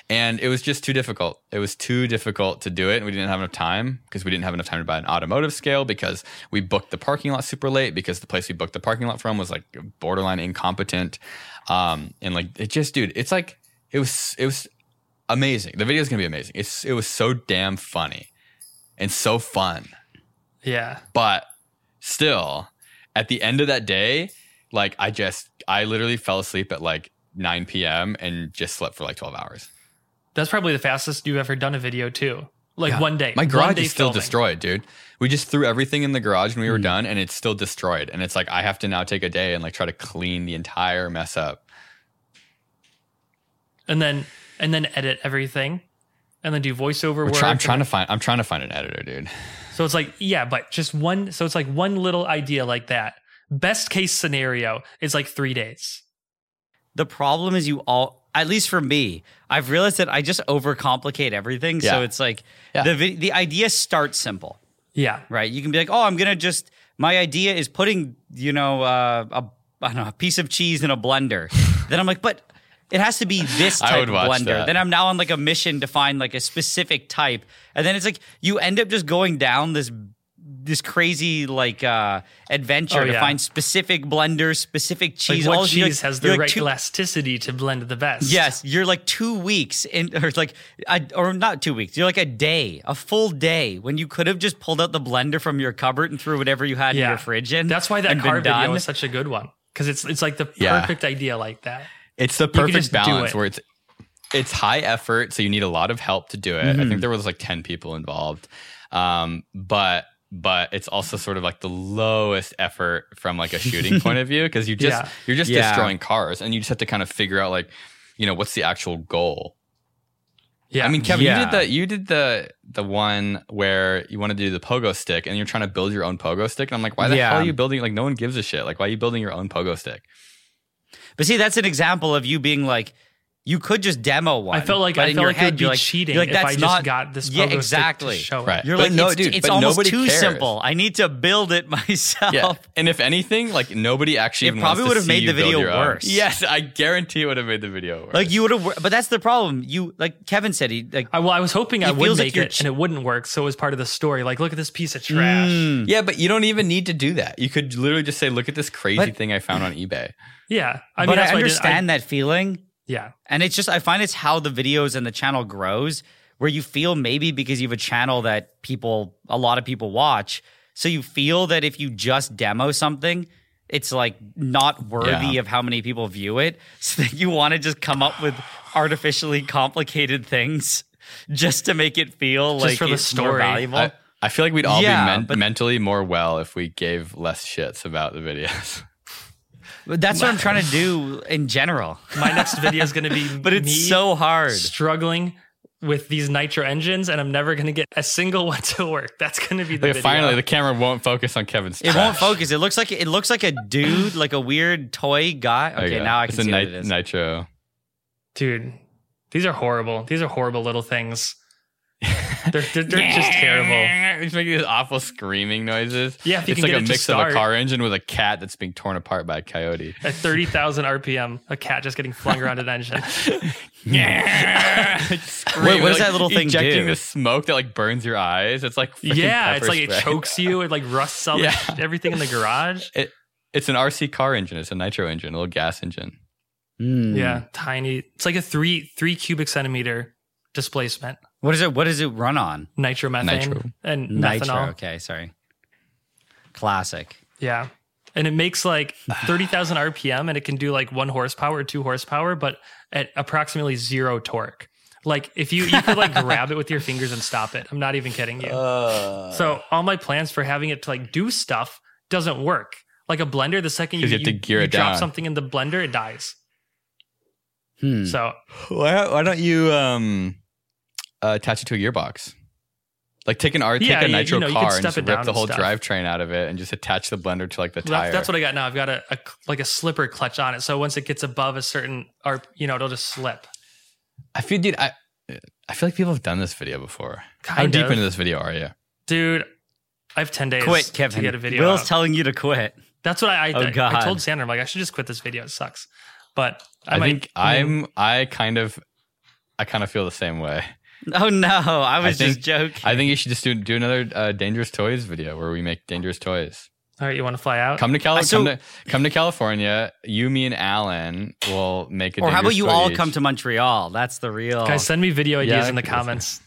Speaker 1: and it was just too difficult. It was too difficult to do it, and we didn't have enough time because we didn't have enough time to buy an automotive scale because we booked the parking lot super late because the place we booked the parking lot from was like borderline incompetent, um, and like it just, dude, it's like it was it was amazing. The video's gonna be amazing. It's it was so damn funny and so fun
Speaker 2: yeah.
Speaker 1: but still at the end of that day like i just i literally fell asleep at like 9 p.m and just slept for like 12 hours
Speaker 2: That's probably the fastest you've ever done a video too. Like
Speaker 1: Yeah.
Speaker 2: one day.
Speaker 1: my
Speaker 2: one
Speaker 1: garage
Speaker 2: day
Speaker 1: is still
Speaker 2: filming. Hmm.
Speaker 1: destroyed dude we just threw everything in the garage when we were done and it's still destroyed and it's like i have to now take a day and like try to clean the entire mess up
Speaker 2: And then and then edit everything. And then do voiceover
Speaker 1: We're
Speaker 2: work.
Speaker 1: try- i'm trying to find i'm trying to find an editor dude
Speaker 2: So it's like, yeah, but just one so it's like one little idea like that. Best case scenario is like three days.
Speaker 3: The problem is you all at least for me, I've realized that I just overcomplicate everything. So
Speaker 1: Yeah.
Speaker 3: it's like
Speaker 1: Yeah.
Speaker 3: the vi- the idea starts simple,
Speaker 2: Yeah.
Speaker 3: right? You can be like, "Oh, I'm going to just my idea is putting, you know, uh, a I don't know, a piece of cheese in
Speaker 2: *laughs*
Speaker 3: a blender." then I'm like, "But it has to be this
Speaker 1: I
Speaker 3: type
Speaker 1: would
Speaker 3: of
Speaker 1: watch
Speaker 3: blender."
Speaker 1: that.
Speaker 3: Then I'm now on like a mission to find like a specific type. And then it's like you end up just going down this this crazy like uh adventure
Speaker 2: Oh,
Speaker 3: to
Speaker 2: yeah.
Speaker 3: find specific blenders, specific
Speaker 2: Like
Speaker 3: cheese. all
Speaker 2: what
Speaker 3: this- you're
Speaker 2: cheese
Speaker 3: like-
Speaker 2: has
Speaker 3: you're
Speaker 2: the
Speaker 3: like
Speaker 2: right
Speaker 3: two-
Speaker 2: elasticity to blend the best?
Speaker 3: Yes, you're like two weeks in, or like, a, or not two weeks. You're like a day, a full day when you could have just pulled out the blender from your cupboard and threw whatever you had in
Speaker 2: Yeah.
Speaker 3: your fridge in.
Speaker 2: That's why that
Speaker 3: and been
Speaker 2: car video
Speaker 3: done.
Speaker 2: is such a good one. Because it's it's like the
Speaker 1: Yeah.
Speaker 2: perfect idea like that.
Speaker 1: It's the
Speaker 2: can
Speaker 1: perfect
Speaker 2: just do
Speaker 1: balance
Speaker 2: it.
Speaker 1: where it's it's high
Speaker 2: Mm-hmm.
Speaker 1: effort, so you need a lot of help to do it. I think there was like ten people involved, um, but but it's also sort of like the lowest effort from like a
Speaker 2: *laughs*
Speaker 1: shooting point of view because you just
Speaker 2: Yeah.
Speaker 1: you're just
Speaker 3: Yeah.
Speaker 1: destroying cars and you just have to kind of figure out like you know what's the actual goal
Speaker 2: Yeah.
Speaker 1: I mean, Kevin, you
Speaker 3: Yeah.
Speaker 1: did the you did the the one where you want to do the pogo stick, and you're trying to build your own pogo stick. And I'm like, why the
Speaker 3: Yeah.
Speaker 1: hell are you building? Like, no one gives a shit. Like, why are you building your own pogo stick?
Speaker 3: But see, that's an example of you being like, you could just demo one.
Speaker 2: I felt like
Speaker 3: but
Speaker 2: I
Speaker 3: in
Speaker 2: felt
Speaker 3: your
Speaker 2: like it
Speaker 3: head,
Speaker 2: would be
Speaker 3: you're like,
Speaker 2: cheating
Speaker 3: you're like,
Speaker 2: if
Speaker 3: that's
Speaker 2: I just
Speaker 3: not,
Speaker 2: got this.
Speaker 3: Yeah,
Speaker 2: pogo stick to
Speaker 3: exactly.
Speaker 2: show it.
Speaker 1: Right.
Speaker 3: You're
Speaker 1: But
Speaker 3: like,
Speaker 1: no,
Speaker 3: it's,
Speaker 1: dude,
Speaker 3: it's
Speaker 1: but
Speaker 3: almost
Speaker 1: nobody
Speaker 3: too
Speaker 1: cares.
Speaker 3: simple. I need to build it *laughs* myself.
Speaker 1: Yeah. And if anything, like nobody actually
Speaker 3: It
Speaker 1: even
Speaker 3: probably
Speaker 1: wants to
Speaker 3: would've
Speaker 1: see
Speaker 3: made
Speaker 1: you
Speaker 3: the
Speaker 1: build
Speaker 3: video
Speaker 1: your own.
Speaker 3: worse.
Speaker 1: Yes, I guarantee it would have made the video worse.
Speaker 3: Like you would have, but that's the problem. You like Kevin said, he like
Speaker 2: I, well, I was hoping I
Speaker 3: It
Speaker 2: would
Speaker 3: feels like
Speaker 2: make
Speaker 3: you're
Speaker 2: it
Speaker 3: ch-
Speaker 2: and it wouldn't work. So it was part of the story. Like, look at this piece of trash.
Speaker 3: Mm.
Speaker 1: yeah, but you don't even need to do that. You could literally just say, "Look at this crazy
Speaker 3: But-
Speaker 1: thing I found on eBay."
Speaker 2: Yeah. I mean,
Speaker 3: but
Speaker 2: that's
Speaker 3: I
Speaker 2: why didn't-
Speaker 3: understand that feeling.
Speaker 2: *laughs* yeah.
Speaker 3: And it's just I find it's how the videos and the channel grows, where you feel maybe because you have a channel that people a lot of people watch, so you feel that if you just demo something, it's like not worthy
Speaker 1: Yeah.
Speaker 3: of how many people view it. *laughs* So that you want to just come up with artificially complicated things *laughs* just to make it feel
Speaker 2: Just
Speaker 3: like
Speaker 2: for the
Speaker 3: it's more
Speaker 2: story.
Speaker 3: valuable.
Speaker 1: I, I feel like we'd all
Speaker 3: Yeah,
Speaker 1: be men-
Speaker 3: but-
Speaker 1: mentally more well if we gave less shits about the videos.
Speaker 3: but that's what I'm trying to do in general.
Speaker 2: My next video is going to be
Speaker 3: But it's
Speaker 2: me
Speaker 3: so hard.
Speaker 2: struggling with these nitro engines and I'm never going to get a single *laughs* one to work. That's going to be the
Speaker 1: Like,
Speaker 2: video.
Speaker 1: finally, the camera won't focus on Kevin's.
Speaker 3: It
Speaker 1: trash.
Speaker 3: won't focus. It looks like it looks like a dude, like a weird toy guy.
Speaker 1: There you
Speaker 3: Okay,
Speaker 1: go.
Speaker 3: now I can
Speaker 1: it's
Speaker 3: see
Speaker 1: a
Speaker 3: what
Speaker 1: nit-
Speaker 3: it is.
Speaker 1: nitro.
Speaker 2: dude, these are horrible. These are horrible little things. They're, they're, they're just terrible.
Speaker 1: He's making these awful screaming noises.
Speaker 2: Yeah, if you
Speaker 1: it's
Speaker 2: can
Speaker 1: like
Speaker 2: get
Speaker 1: a
Speaker 2: it to
Speaker 1: mix of
Speaker 2: start.
Speaker 1: a car engine with a cat that's being torn apart by a coyote.
Speaker 2: At 30,000 RPM, a cat just getting flung around an engine.
Speaker 3: Wait,
Speaker 1: Wait,
Speaker 3: what does that little thing
Speaker 1: ejecting
Speaker 3: do?
Speaker 1: the smoke that like burns your eyes. It's like freaking
Speaker 2: *laughs* yeah,
Speaker 1: pepper
Speaker 2: it's like
Speaker 1: spray.
Speaker 2: it chokes you. It like rusts out
Speaker 1: Yeah.
Speaker 2: everything in the garage.
Speaker 1: *laughs* It, it's an RC car engine. It's a nitro engine, a little gas engine.
Speaker 3: Mm.
Speaker 2: Yeah, tiny. It's like a three three cubic centimeter displacement.
Speaker 3: What is it? What does it run on?
Speaker 2: Nitromethane
Speaker 1: Nitro.
Speaker 2: and
Speaker 3: Nitro.
Speaker 2: methanol.
Speaker 3: Okay, sorry. Classic.
Speaker 2: Yeah. And it makes like 30,000 RPM and it can do like one horsepower, two horsepower, but at approximately zero torque. Like if you, you
Speaker 1: *laughs*
Speaker 2: could like grab it with your fingers and stop it. I'm not even kidding
Speaker 1: Uh.
Speaker 2: you. so all my plans for having it to like do stuff doesn't work. Like a blender, the second you,
Speaker 1: 'Cause you have to gear
Speaker 2: you
Speaker 1: it
Speaker 2: drop
Speaker 1: down.
Speaker 2: something in the blender, it dies.
Speaker 3: Hmm.
Speaker 2: So
Speaker 1: Why, why don't you um, uh, attach it to a gearbox? Like take an R,
Speaker 2: Yeah,
Speaker 1: take a
Speaker 2: yeah,
Speaker 1: nitro
Speaker 2: you know, you can
Speaker 1: car and
Speaker 2: step
Speaker 1: just
Speaker 2: it down
Speaker 1: rip the
Speaker 2: and
Speaker 1: whole
Speaker 2: stuff.
Speaker 1: drivetrain out of it and just attach the blender to like the
Speaker 2: Well,
Speaker 1: tire.
Speaker 2: That's, that's what I got now. I've got a, a like a slipper clutch on it. So once it gets above a certain, or you know, it'll just slip.
Speaker 1: I feel, dude. I I feel like people have done this video before. How
Speaker 2: Kind
Speaker 1: deep
Speaker 2: of.
Speaker 1: into this video are you?
Speaker 2: Dude, I have ten days
Speaker 3: Quit, Kevin.
Speaker 2: to get a video.
Speaker 3: Will's
Speaker 2: out.
Speaker 3: telling you to quit.
Speaker 2: that's what I I,
Speaker 3: Oh,
Speaker 2: I- I
Speaker 3: God.
Speaker 2: told Sandra. I'm like, I should just quit this video. It sucks. But I,
Speaker 1: I,
Speaker 2: might,
Speaker 1: think
Speaker 2: I mean,
Speaker 1: I'm. I kind of. I kind of feel the same way.
Speaker 3: Oh no, I was
Speaker 1: think-
Speaker 3: just joking.
Speaker 1: I think you should just do do another uh, dangerous toys video where we make dangerous toys.
Speaker 2: All right, you want to fly out?
Speaker 1: Come to Cali-
Speaker 3: Uh, so-
Speaker 1: come to come to California. You, me, and Alan will make a.
Speaker 3: or how about
Speaker 1: Dangerous
Speaker 3: you
Speaker 1: Toy
Speaker 3: all
Speaker 1: each.
Speaker 3: come to Montreal? That's the real.
Speaker 2: Guys, send me video ideas
Speaker 1: Yeah,
Speaker 2: in the
Speaker 1: I can do that.
Speaker 2: comments.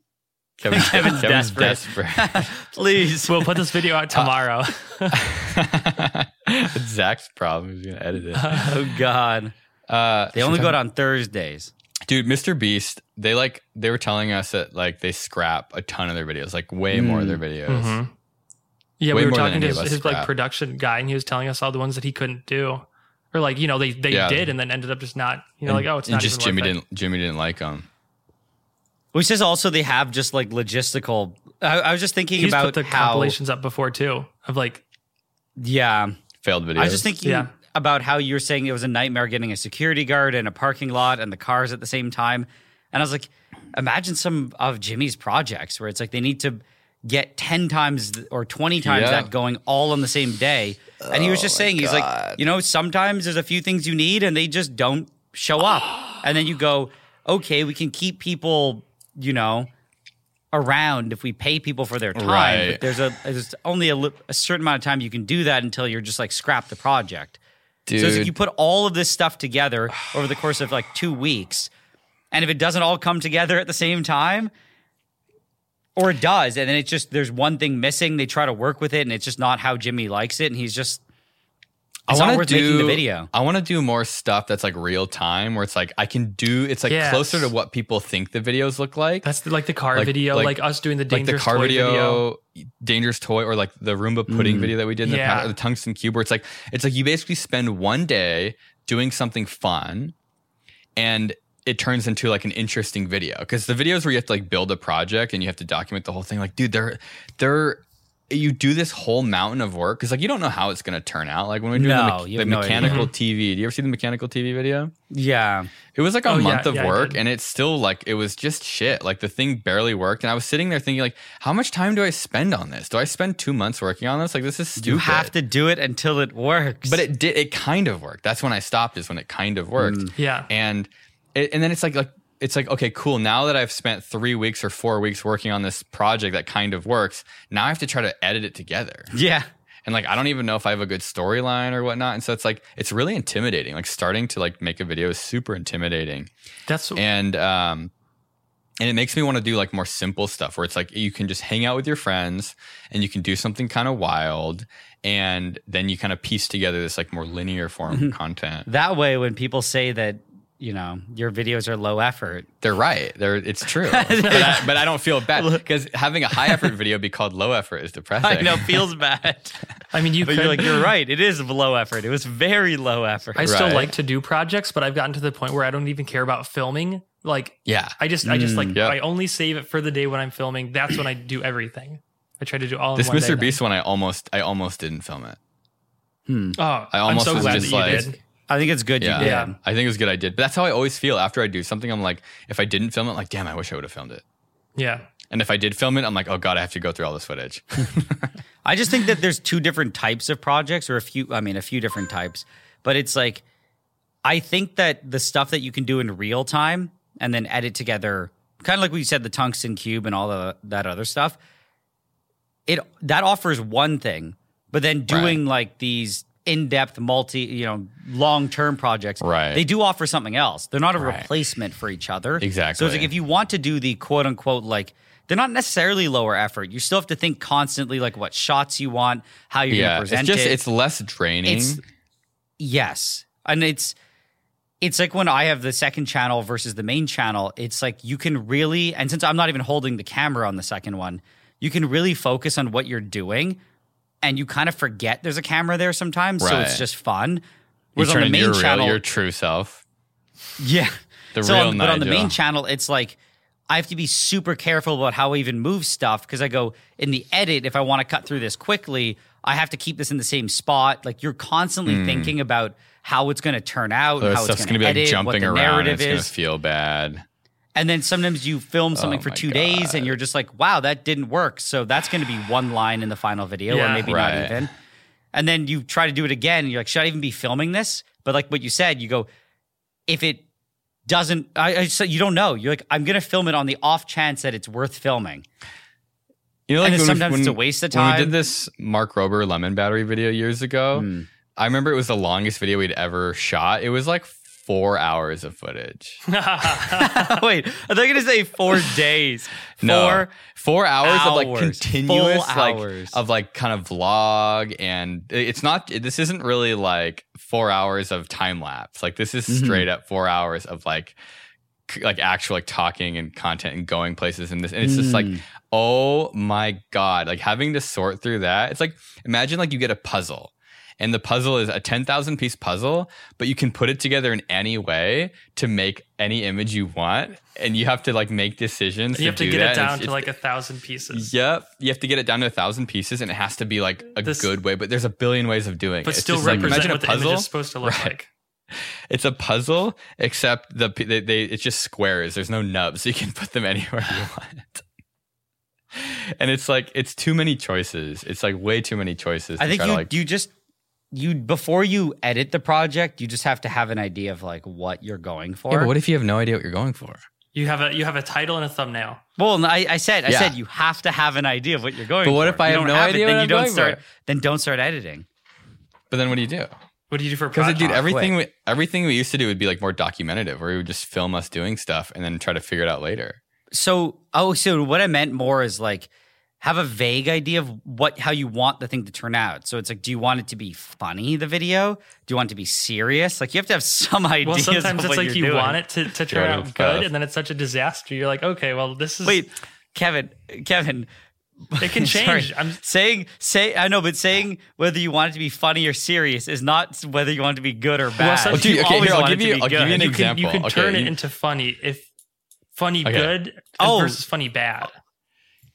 Speaker 1: *laughs* Kevin's,
Speaker 3: *laughs* Kevin's
Speaker 1: Kevin's
Speaker 3: desperate.
Speaker 1: desperate.
Speaker 2: *laughs*
Speaker 3: Please.
Speaker 2: We'll put this video
Speaker 1: *laughs*
Speaker 2: out tomorrow.
Speaker 1: It's *laughs* Zach's problem. He's gonna
Speaker 3: *laughs*
Speaker 1: edit it.
Speaker 3: oh God.
Speaker 1: Uh,
Speaker 3: They only go out on Thursdays.
Speaker 1: dude mr beast they like they were telling us that like they scrap a ton of their videos like way more of their
Speaker 3: Mm.
Speaker 1: videos
Speaker 2: Mhm. Yeah,
Speaker 1: Way
Speaker 2: we were
Speaker 1: more than
Speaker 2: talking
Speaker 1: any
Speaker 2: to
Speaker 1: of
Speaker 2: his,
Speaker 1: us
Speaker 2: his, like
Speaker 1: got.
Speaker 2: production guy, and he was telling us all the ones that he couldn't do, or like you know they they
Speaker 1: Yeah.
Speaker 2: did and then ended up just not you know
Speaker 1: And-
Speaker 2: like oh it's
Speaker 1: and
Speaker 2: not
Speaker 1: just
Speaker 2: even
Speaker 1: jimmy
Speaker 2: worth it.
Speaker 1: didn't jimmy didn't like them
Speaker 3: Which is also they have just like logistical. I, I was just thinking
Speaker 2: He's
Speaker 3: about
Speaker 2: put the
Speaker 3: how.
Speaker 2: compilations up before too of like
Speaker 3: Yeah.
Speaker 1: failed videos
Speaker 3: I was just thinking
Speaker 2: Yeah.
Speaker 3: about how you were saying it was a nightmare getting a security guard and a parking lot and the cars at the same time. And I was like, imagine some of Jimmy's projects where it's like they need to get 10 times th- or 20 times
Speaker 1: Yeah.
Speaker 3: that going all on the same day. And he was just saying, he's like, you know, sometimes there's a few things you need and they just don't show up. and then you go, okay, we can keep people, you know, around if we pay people for their time.
Speaker 1: Right.
Speaker 3: But there's a there's only a, li- a certain amount of time you can do that until you're just like scrap the project.
Speaker 1: dude
Speaker 3: So it's like you put all of this stuff together over the course of like two weeks, and if it doesn't all come together at the same time, or it does, and then it's just there's one thing missing. They try to work with it, and it's just not how Jimmy likes it, and he's just It's
Speaker 1: wanna
Speaker 3: not worth making the video.
Speaker 1: I want to do more stuff that's like real time, where it's like I can do. It's like
Speaker 2: Yes.
Speaker 1: closer to what people think the videos look like.
Speaker 2: That's the, like the car
Speaker 1: Like-
Speaker 2: video,
Speaker 1: like-
Speaker 2: like, us doing the
Speaker 1: like the
Speaker 2: dangerous
Speaker 1: car
Speaker 2: toy
Speaker 1: video,
Speaker 2: video.
Speaker 1: dangerous toy, or like the Roomba pudding
Speaker 3: Mm.
Speaker 1: video that we did in
Speaker 2: Yeah.
Speaker 1: the past, or the tungsten cube. Where it's like it's like you basically spend one day doing something fun, and it turns into like an interesting video because the videos where you have to like build a project and you have to document the whole thing. Like, dude, they're they're you do this whole mountain of work because like you don't know how it's going to turn out. Like when we do
Speaker 3: No,
Speaker 1: the, me-
Speaker 3: you
Speaker 1: the
Speaker 3: have no idea.
Speaker 1: mechanical
Speaker 2: Mm-hmm.
Speaker 1: TV. Do you ever see the mechanical TV video?
Speaker 3: Yeah.
Speaker 1: It was like a
Speaker 2: Oh, yeah,
Speaker 1: month of
Speaker 2: yeah, I
Speaker 1: work,
Speaker 2: did.
Speaker 1: and it's still like it was just shit. Like the thing barely worked, and I was sitting there thinking, like, how much time do I spend on this? Do I spend two months working on this? Like, this is stupid.
Speaker 3: You have to do it until it works.
Speaker 1: but it did. It kind of worked. That's when I stopped. Is when it kind of worked.
Speaker 3: Mm.
Speaker 2: Yeah.
Speaker 1: And it, and then it's like like it's like okay, cool. Now that I've spent three weeks or four weeks working on this project that kind of works, now I have to try to edit it together.
Speaker 3: *laughs* yeah.
Speaker 1: And like I don't even know if I have a good storyline or whatnot. And so it's like it's really intimidating. Like starting to like make a video is super intimidating
Speaker 2: That's
Speaker 1: and um and it makes me want to do like more simple stuff where it's like you can just hang out with your friends and you can do something kind of wild and then you kind of piece together this like more linear form
Speaker 2: Mm-hmm.
Speaker 1: of content
Speaker 3: That way, when people say that, you know, your videos are low effort,
Speaker 1: they're right they're it's
Speaker 2: *laughs*
Speaker 1: true but, I, but I don't feel bad because having a high effort video be called low effort is depressing
Speaker 3: *laughs* I *laughs* know feels bad.
Speaker 2: I mean, you
Speaker 3: but
Speaker 2: could.
Speaker 3: you're like, you're right. It is low effort. It was very low effort.
Speaker 2: I still
Speaker 1: Right.
Speaker 2: like to do projects, but I've gotten to the point where I don't even care about filming. Like,
Speaker 1: yeah
Speaker 2: I just, I just like,
Speaker 1: Mm, yeah.
Speaker 2: I only save it for the day when I'm filming. That's when I do everything. I try to do all in
Speaker 1: this
Speaker 2: one day
Speaker 1: Mr.
Speaker 2: then.
Speaker 1: Beast one I almost I almost didn't film it
Speaker 2: Oh, I
Speaker 1: almost
Speaker 2: am so
Speaker 1: was
Speaker 2: glad
Speaker 1: just
Speaker 2: that you
Speaker 1: like-
Speaker 2: did.
Speaker 3: I think it's good
Speaker 1: yeah.
Speaker 3: you did.
Speaker 2: Yeah.
Speaker 1: I think it was a good I did but that's how I always feel after I do something I'm like if I didn't film it like damn I wish I would have filmed it
Speaker 2: Yeah.
Speaker 1: and if I did film it I'm like oh god I have to go through all this footage
Speaker 3: I just think that there's two different types of projects, or a few, I mean, a few different types, but it's like, I think that the stuff that you can do in real time and then edit together, kind of like we said, the tungsten cube and all the, that other stuff, it that offers one thing, but then doing like these in-depth multi you know long-term projects
Speaker 1: Right.
Speaker 3: they do offer something else they're not a
Speaker 1: Right.
Speaker 3: replacement for each other so
Speaker 1: Exactly.
Speaker 3: it's like if you want to do the quote unquote like they're not necessarily lower effort you still have to think constantly like what shots you want how you're
Speaker 1: yeah,
Speaker 3: going to
Speaker 1: it's
Speaker 3: present
Speaker 1: just
Speaker 3: it
Speaker 1: it's less draining.
Speaker 3: It's yes, and it's it's like when I have the second channel versus the main channel. It's like you can really, and since I'm not even holding the camera on the second one, you can really focus on what you're doing, and you kind of forget there's a camera there sometimes. So
Speaker 1: Right.
Speaker 3: it's just fun.
Speaker 1: you
Speaker 3: Whereas
Speaker 1: turn
Speaker 3: on the
Speaker 1: into
Speaker 3: main
Speaker 1: your
Speaker 3: channel,
Speaker 1: real, your true self.
Speaker 3: *laughs* yeah.
Speaker 1: The
Speaker 3: so
Speaker 1: real
Speaker 3: on, but on the
Speaker 1: Nigel.
Speaker 3: main channel, it's like I have to be super careful about how I even move stuff because I go in the edit. If I want to cut through this quickly, I have to keep this in the same spot. Like you're constantly thinking about how it's going to turn out,
Speaker 1: Those
Speaker 3: how it's
Speaker 1: Hmm. stuff's
Speaker 3: going
Speaker 1: gonna
Speaker 3: to
Speaker 1: be like
Speaker 3: edit, what
Speaker 1: jumping
Speaker 3: the
Speaker 1: around. And
Speaker 3: narrative
Speaker 1: it's gonna
Speaker 3: is,
Speaker 1: feel bad.
Speaker 3: and then sometimes you film something
Speaker 1: Oh
Speaker 3: for
Speaker 1: my
Speaker 3: two days and you're just like, wow, that didn't work. So that's going to be one line in the final video
Speaker 2: Yeah.
Speaker 3: or maybe
Speaker 1: Right.
Speaker 3: not even. And then you try to do it again. And you're like, should I even be filming this? But like what you said, you go, if it doesn't, I, I so you don't know. You're like, I'm going to film it on the off chance that it's worth filming. *laughs*
Speaker 1: You know,
Speaker 3: And
Speaker 1: when
Speaker 3: then
Speaker 1: we-
Speaker 3: sometimes
Speaker 1: when-
Speaker 3: it's a waste of
Speaker 1: When we
Speaker 3: time. Hmm.
Speaker 1: did this Mark Rober lemon battery video years ago, I remember it was the longest video we'd ever shot. It was like four hours of
Speaker 3: *laughs*
Speaker 1: footage.
Speaker 3: Wait, are they going to
Speaker 1: *laughs*
Speaker 3: say four days?
Speaker 1: no,
Speaker 3: Four?
Speaker 1: four hours, of like
Speaker 3: hours.
Speaker 1: continuous
Speaker 3: Full
Speaker 1: like
Speaker 3: hours.
Speaker 1: of like kind of vlog, and it's not. This isn't really like four hours of time lapse. Like this is
Speaker 3: Mm-hmm.
Speaker 1: straight up four hours of like c- like actual like talking and content and going places and this and it's just like
Speaker 2: Mm.
Speaker 1: oh my god like having to sort through that it's like imagine like you get a puzzle and the puzzle is a 10,000 piece puzzle but you can put it together in any way to make any image you want and you have to like make decisions
Speaker 2: And *laughs* you have to
Speaker 1: do
Speaker 2: get
Speaker 1: that.
Speaker 2: it
Speaker 1: And
Speaker 2: down
Speaker 1: it's-
Speaker 2: to
Speaker 1: it's-
Speaker 2: like a thousand pieces.
Speaker 1: Yep, you have to get it down to a thousand pieces, and it has to be like a
Speaker 2: This-
Speaker 1: good way. But there's a billion ways of doing it.
Speaker 2: But
Speaker 1: It's
Speaker 2: still
Speaker 1: just, like,
Speaker 2: represent
Speaker 1: imagine
Speaker 2: what
Speaker 1: a
Speaker 2: the
Speaker 1: puzzle.
Speaker 2: image is supposed to look like.
Speaker 1: It's a puzzle, except the p- they, they it's just squares. There's no nubs. You can put them *laughs* anywhere
Speaker 3: *sighs*
Speaker 1: you want. And it's like it's too many choices. It's like way too many choices.
Speaker 3: I
Speaker 1: to
Speaker 3: think
Speaker 1: try
Speaker 3: you
Speaker 1: to like,
Speaker 3: you just you before you edit the project, you just have to have an idea of like what you're going for.
Speaker 1: Yeah, but what if you have no idea what you're going for?
Speaker 2: You have a you have a title and a thumbnail.
Speaker 3: well, and I, I said I
Speaker 1: Yeah.
Speaker 3: said you have to have an idea of what you're going.
Speaker 1: But what
Speaker 3: for.
Speaker 1: if I
Speaker 3: you
Speaker 1: have
Speaker 3: don't
Speaker 1: no
Speaker 3: it,
Speaker 1: idea
Speaker 3: Then
Speaker 1: what
Speaker 3: you
Speaker 1: I'm
Speaker 3: don't
Speaker 1: going
Speaker 3: start.
Speaker 1: for?
Speaker 3: Then don't start editing.
Speaker 1: But then what do you do?
Speaker 3: Ah,
Speaker 2: What do you do for a
Speaker 1: Because
Speaker 2: project?
Speaker 1: dude, everything
Speaker 3: wait.
Speaker 1: we everything we used to do would be like more documentative, where we would just film us doing stuff and then try to figure it out later.
Speaker 3: So oh, so what I meant more is like have a vague idea of what how you want the thing to turn out. So it's like, do you want it to be funny, the video? Do you want it to be serious? Like you have to have *laughs* some ideas.
Speaker 2: Well, sometimes
Speaker 3: of
Speaker 2: it's
Speaker 3: what
Speaker 2: like
Speaker 3: you're
Speaker 2: you
Speaker 3: doing.
Speaker 2: want
Speaker 1: *laughs*
Speaker 2: it to, to turn
Speaker 1: Yeah,
Speaker 2: out
Speaker 1: it's
Speaker 2: good,
Speaker 1: tough.
Speaker 2: and then it's such a disaster. You're like, okay, well, this is
Speaker 3: Wait, Kevin, Kevin. *laughs*
Speaker 2: It
Speaker 1: *laughs*
Speaker 2: can
Speaker 3: Sorry.
Speaker 2: change. I'm
Speaker 3: saying say I know, but saying whether you want it to be funny or serious is not whether you want it to be good or bad.
Speaker 2: some-
Speaker 1: Well, dude,
Speaker 3: You
Speaker 1: okay,
Speaker 3: always
Speaker 1: here, I'll
Speaker 3: want it
Speaker 1: give
Speaker 3: to
Speaker 1: you-
Speaker 3: be
Speaker 1: I'll give
Speaker 3: good.
Speaker 1: you an
Speaker 2: you can, you
Speaker 1: example.
Speaker 2: can
Speaker 1: Okay,
Speaker 2: turn it
Speaker 1: you-
Speaker 2: into funny if funny
Speaker 1: Okay.
Speaker 2: good
Speaker 3: Oh.
Speaker 2: versus funny bad.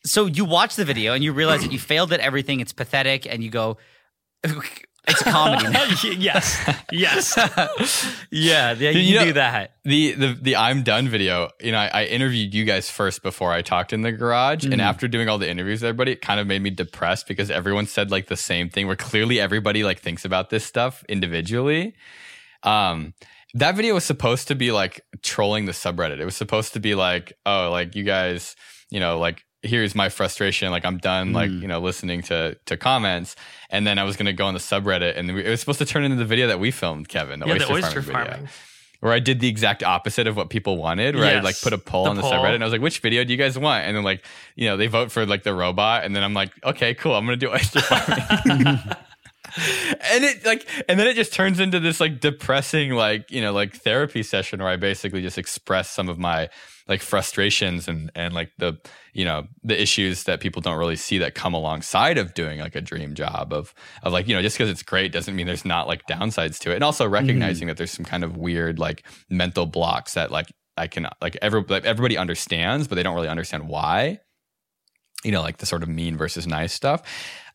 Speaker 3: so you watch the video and you realize that you failed at everything. It's pathetic, and you go, *laughs* "It's a comedy."
Speaker 2: *laughs*
Speaker 3: now."
Speaker 2: Oh, yes, yes.
Speaker 3: yeah, yeah, you,
Speaker 1: you know-
Speaker 3: do that.
Speaker 1: the the the I'm done video. You know, I, I interviewed you guys first before I talked in the garage, and after doing all the interviews with everybody, it kind of made me depressed because everyone said like the same thing. Where clearly everybody like thinks about this stuff individually. Um, that video was supposed to be like trolling the subreddit. It was supposed to be like, oh, like you guys, you know, like here's my frustration. Like I'm done, like you know, listening to to comments. And then I was gonna go on the subreddit, and we, it was supposed to turn into the video that we filmed, Kevin, the
Speaker 2: yeah,
Speaker 1: oyster,
Speaker 2: the oyster
Speaker 1: farming video
Speaker 2: farming.
Speaker 1: where I did the exact opposite of what people wanted, where I like
Speaker 2: Yes,
Speaker 1: put a poll
Speaker 2: the
Speaker 1: on the
Speaker 2: poll.
Speaker 1: subreddit and I was like, which video do you guys want? And then like, you know, they vote for like the robot, and then I'm like, okay, cool, I'm gonna do *laughs* oyster farming. and it like and then it just turns into this like depressing, like, you know, like therapy session where I basically just express some of my like frustrations and and like the you know the issues that people don't really see that come alongside of doing like a dream job of of like you know just because it's great doesn't mean there's not like downsides to it and also recognizing that there's some kind of weird like mental blocks that like I can like every like everybody understands but they don't really understand why you know like the sort of mean versus nice stuff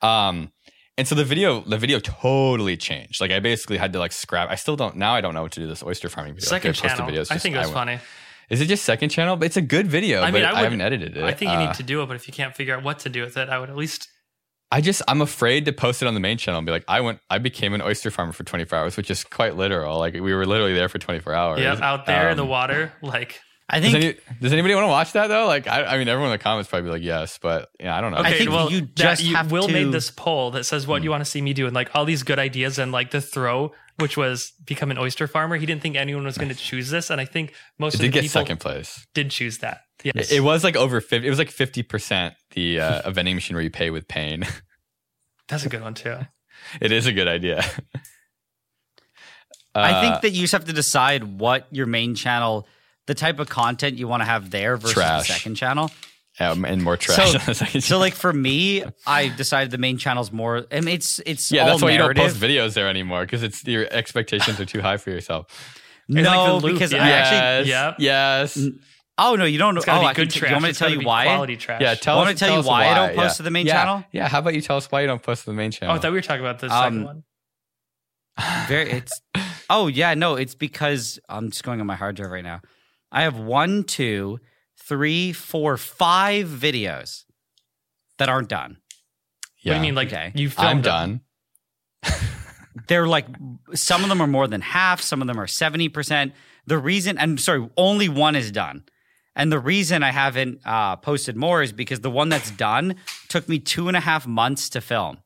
Speaker 1: um and so the video the video totally changed like I basically had to like scrap I still don't now I don't know what to do this oyster farming video
Speaker 2: Second
Speaker 1: Like, I posted
Speaker 2: channel.
Speaker 1: videos
Speaker 2: I
Speaker 1: just-
Speaker 2: think it was
Speaker 1: went-
Speaker 2: funny.
Speaker 1: is it just second channel? But it's a good video.
Speaker 2: I mean,
Speaker 1: but
Speaker 2: I
Speaker 1: I,
Speaker 2: would-
Speaker 1: haven't edited it.
Speaker 2: I think you
Speaker 1: Uh,
Speaker 2: need to do it, but if you can't figure out what to do with it, I would at least.
Speaker 1: I just I'm afraid to post it on the main channel and be like, I went, I became an oyster farmer for 24 hours, which is quite literal. Like we were literally there for 24 hours.
Speaker 2: Yep, out there in the
Speaker 1: Um,
Speaker 2: water, like
Speaker 3: I
Speaker 1: Does,
Speaker 3: think
Speaker 1: any, does anybody want to watch that though? Like I, I mean, everyone in the comments probably be like, yes, but yeah, I don't know.
Speaker 3: I
Speaker 2: Okay,
Speaker 3: think
Speaker 2: well,
Speaker 3: you
Speaker 2: that-
Speaker 3: just
Speaker 2: you-
Speaker 3: have
Speaker 2: Will
Speaker 3: to-
Speaker 2: made this poll that says what you want to see me do, and like all these good ideas, and like the throw, which was become an oyster farmer. He didn't think anyone was going to choose this, and I think most
Speaker 1: it
Speaker 2: of
Speaker 1: did
Speaker 2: the
Speaker 1: get
Speaker 2: people
Speaker 1: second place.
Speaker 2: did choose that. Yes,
Speaker 1: It, it was like over 50. It was like 50 percent the uh, a vending machine where you pay with pain. *laughs*
Speaker 2: that's a good one too.
Speaker 1: it is a good idea.
Speaker 3: *laughs* I
Speaker 1: Uh,
Speaker 3: think that you just have to decide what your main channel, the type of content you want to have there versus
Speaker 1: Trash.
Speaker 3: the second channel.
Speaker 1: um, and more trash. *laughs* on the second
Speaker 3: So, like for me, I decided the main channel's more. I mean, it's it's
Speaker 1: Yeah,
Speaker 3: all
Speaker 1: that's why
Speaker 3: narrative.
Speaker 1: you don't post videos there anymore because it's your expectations are too high for yourself.
Speaker 2: It's like
Speaker 3: No,
Speaker 2: the loop,
Speaker 3: because
Speaker 2: yeah.
Speaker 3: I
Speaker 1: yes,
Speaker 3: actually.
Speaker 2: yep.
Speaker 1: yes.
Speaker 3: Oh no, you don't.
Speaker 2: It's
Speaker 3: oh,
Speaker 2: got to
Speaker 3: I
Speaker 2: be
Speaker 3: can
Speaker 2: good
Speaker 3: t-
Speaker 2: trash.
Speaker 3: You want me
Speaker 2: It's
Speaker 3: to tell
Speaker 2: gotta
Speaker 3: you
Speaker 2: be
Speaker 3: why?
Speaker 2: Quality trash.
Speaker 1: Yeah, tell
Speaker 3: Wanna
Speaker 1: us.
Speaker 3: tell you
Speaker 1: us
Speaker 3: why I don't
Speaker 1: yeah.
Speaker 3: post to the main
Speaker 1: Yeah,
Speaker 3: channel?
Speaker 1: Yeah, how about you tell us why you don't post to the main
Speaker 2: Oh,
Speaker 1: channel?
Speaker 2: I thought we were talking about the
Speaker 3: Um,
Speaker 2: second one.
Speaker 3: Very. It's. oh yeah, no, it's because I'm just going on my hard drive right now. I have one, two, three, four, five videos that aren't done.
Speaker 1: yeah.
Speaker 2: What do you mean? Like
Speaker 3: Okay.
Speaker 2: you filmed?
Speaker 1: I'm
Speaker 2: it.
Speaker 1: done.
Speaker 3: they're like some of them are more than half, some of them are 70%. The reason I'm sorry, only one is done. And the reason I haven't uh, posted more is because the one that's done took me two and a half months to film.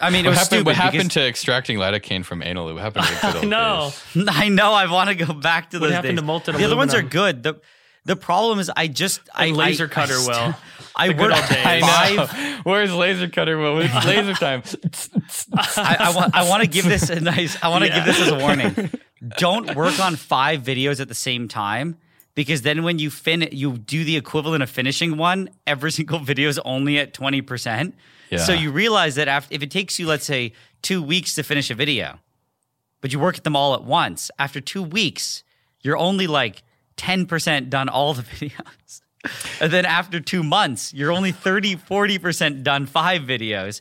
Speaker 3: I mean, it
Speaker 1: what
Speaker 3: was
Speaker 1: happened,
Speaker 3: stupid.
Speaker 1: what happened to extracting lidocaine from anal lube? What happened to
Speaker 2: *laughs*
Speaker 1: the good
Speaker 2: I
Speaker 1: old
Speaker 2: know.
Speaker 1: days?
Speaker 3: to? *laughs* I know. I want to go back to
Speaker 2: What
Speaker 3: those
Speaker 2: happened
Speaker 3: days.
Speaker 2: to molten
Speaker 3: The other ones are
Speaker 2: aluminum?
Speaker 3: good. The the problem is I just I
Speaker 2: A laser
Speaker 3: I-
Speaker 2: cutter
Speaker 3: I st-
Speaker 2: will.
Speaker 3: *laughs* I
Speaker 2: The good
Speaker 3: worked
Speaker 2: old days.
Speaker 1: I
Speaker 3: five.
Speaker 1: know. *laughs* Where's laser cutter? Well, *laughs* it's laser time.
Speaker 3: *laughs* I, I want I want to give this a nice I want to
Speaker 2: Yeah.
Speaker 3: give this as
Speaker 2: *laughs*
Speaker 3: a warning. Don't work on five videos at the same time because then when you fin you do the equivalent of finishing one, every *laughs* single video is only at 20%. So
Speaker 1: Yeah.
Speaker 3: you realize that after if it takes you let's say 2 weeks to finish a video, but you work at them all at once, after 2 weeks, you're only like 10% done all the *laughs* videos. And then after two months, you're only 30, 40% done five videos.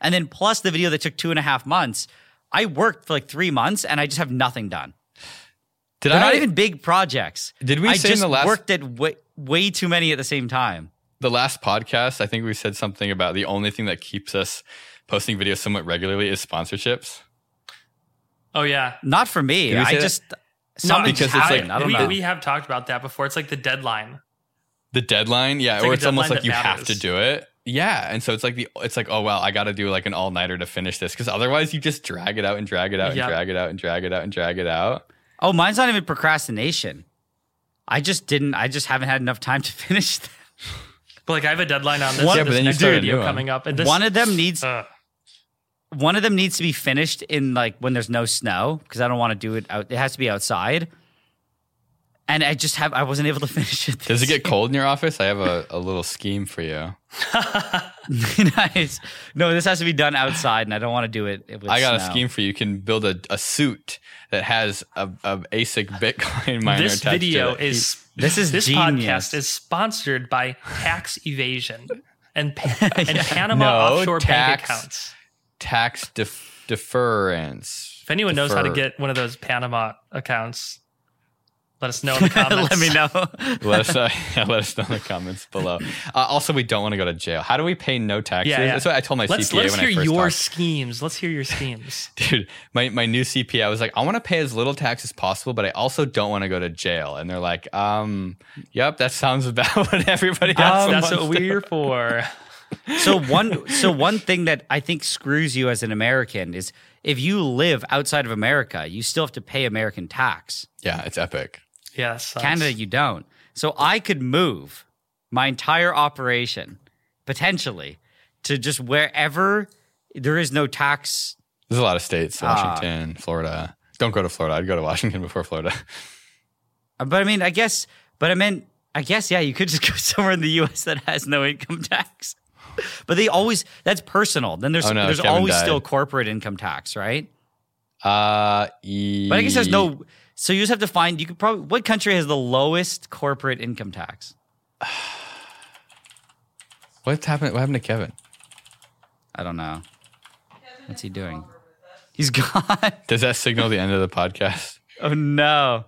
Speaker 3: And then plus the video that took two and a half months, I worked for like three months and I just have nothing done.
Speaker 1: Did
Speaker 3: They're
Speaker 1: I
Speaker 3: not even big projects.
Speaker 1: Did we
Speaker 3: I
Speaker 1: say in
Speaker 3: just
Speaker 1: the last-
Speaker 3: worked at way, way too many at the same time.
Speaker 1: the last podcast? I think we said something about the only thing that keeps us posting videos somewhat regularly is sponsorships.
Speaker 2: Oh yeah.
Speaker 3: Not for me.
Speaker 1: Did we say
Speaker 3: I
Speaker 1: that?
Speaker 3: just something
Speaker 1: because it's
Speaker 3: just
Speaker 1: like-
Speaker 3: happened. I don't
Speaker 2: we,
Speaker 3: know.
Speaker 2: we have talked about that before. It's like the deadline.
Speaker 1: The deadline, yeah,
Speaker 2: It's
Speaker 1: or
Speaker 2: like a
Speaker 1: it's almost
Speaker 2: deadline
Speaker 1: like you
Speaker 2: that
Speaker 1: have to
Speaker 2: matters.
Speaker 1: do it. Yeah, and so it's like the it's like oh well, I got to do like an all nighter to finish this because otherwise you just drag it out and drag it out
Speaker 2: Yeah.
Speaker 1: and drag it out and drag it out and drag it out.
Speaker 3: oh, mine's not even procrastination. I just didn't. I just haven't had enough time to *laughs* finish them.
Speaker 2: But like I have a deadline on this,
Speaker 1: One- Yeah, but
Speaker 2: this
Speaker 1: then you
Speaker 2: next
Speaker 1: start a new
Speaker 2: video
Speaker 1: one.
Speaker 2: coming up, and this
Speaker 3: one of them needs
Speaker 2: uh,
Speaker 3: one of them needs to be finished in like when there's no snow because I don't want to do it out. It has to be outside. And I just have I wasn't able to *laughs* finish it.
Speaker 1: Does it
Speaker 3: this
Speaker 1: get cold in your office? I have a, a little scheme for you.
Speaker 3: *laughs* nice. No, this has to be done outside, and I don't want to do it. With
Speaker 1: I got
Speaker 3: snow.
Speaker 1: a
Speaker 3: *laughs*
Speaker 1: scheme for you. You can build a, a suit that has a, a ASIC Bitcoin *laughs* miner
Speaker 2: this
Speaker 1: attached
Speaker 2: video
Speaker 1: to it.
Speaker 2: is
Speaker 3: This is
Speaker 2: this
Speaker 3: genius.
Speaker 2: podcast is sponsored by tax evasion and
Speaker 1: *laughs*
Speaker 2: pa- and Panama
Speaker 1: No,
Speaker 2: offshore
Speaker 1: tax-
Speaker 2: bank accounts.
Speaker 1: tax def- deference.
Speaker 2: If anyone knows how to
Speaker 1: Defer-
Speaker 2: get one of those Panama accounts, let us know
Speaker 1: *laughs*
Speaker 2: in the comments.
Speaker 3: Let me know.
Speaker 1: let
Speaker 2: *laughs*
Speaker 1: us know, yeah, let us know in the comments below. Uh, also, we don't want to go to jail. How do we pay no taxes?
Speaker 2: Yeah, yeah.
Speaker 1: That's what I told my
Speaker 2: Let's,
Speaker 1: CPA
Speaker 2: let's
Speaker 1: when
Speaker 2: hear
Speaker 1: I first
Speaker 2: your
Speaker 1: talked.
Speaker 2: schemes. Let's hear your schemes.
Speaker 1: Dude, my, my new CPA, I was like, I want to pay as little tax as possible, but I also don't want to go to jail. And they're like, um, yep, that sounds about *laughs* what everybody else
Speaker 2: *laughs* That's, Um, that's
Speaker 1: wants
Speaker 2: *laughs* what
Speaker 1: to-
Speaker 2: we're here for.
Speaker 3: so one so one thing that I think screws you as an American is if you live outside of America, you still have to pay American tax.
Speaker 1: *laughs* Yeah, it's epic.
Speaker 2: Yes,
Speaker 3: Canada, you don't. So I could move my entire operation potentially to just wherever there is no tax.
Speaker 1: There's a lot of states,
Speaker 3: Ah.
Speaker 1: Washington, Florida. Don't go to Florida. I'd go to Washington *laughs* before Florida.
Speaker 3: But I mean, I guess, but I meant, I guess, yeah, you could just *laughs* go somewhere in the U.S. that has no income tax. *laughs* But they always that's personal. Then there's
Speaker 1: Oh, no,
Speaker 3: there's
Speaker 1: Kevin
Speaker 3: always
Speaker 1: died.
Speaker 3: still corporate income tax, right?
Speaker 1: Uh,
Speaker 3: But I guess there's no. So you just have to find. You could probably what country has the lowest corporate income tax?
Speaker 1: What's happened? What happened to Kevin?
Speaker 3: I don't know. What's he doing? He's *laughs* gone.
Speaker 1: Does that signal the end of the podcast? *laughs*
Speaker 3: Oh no.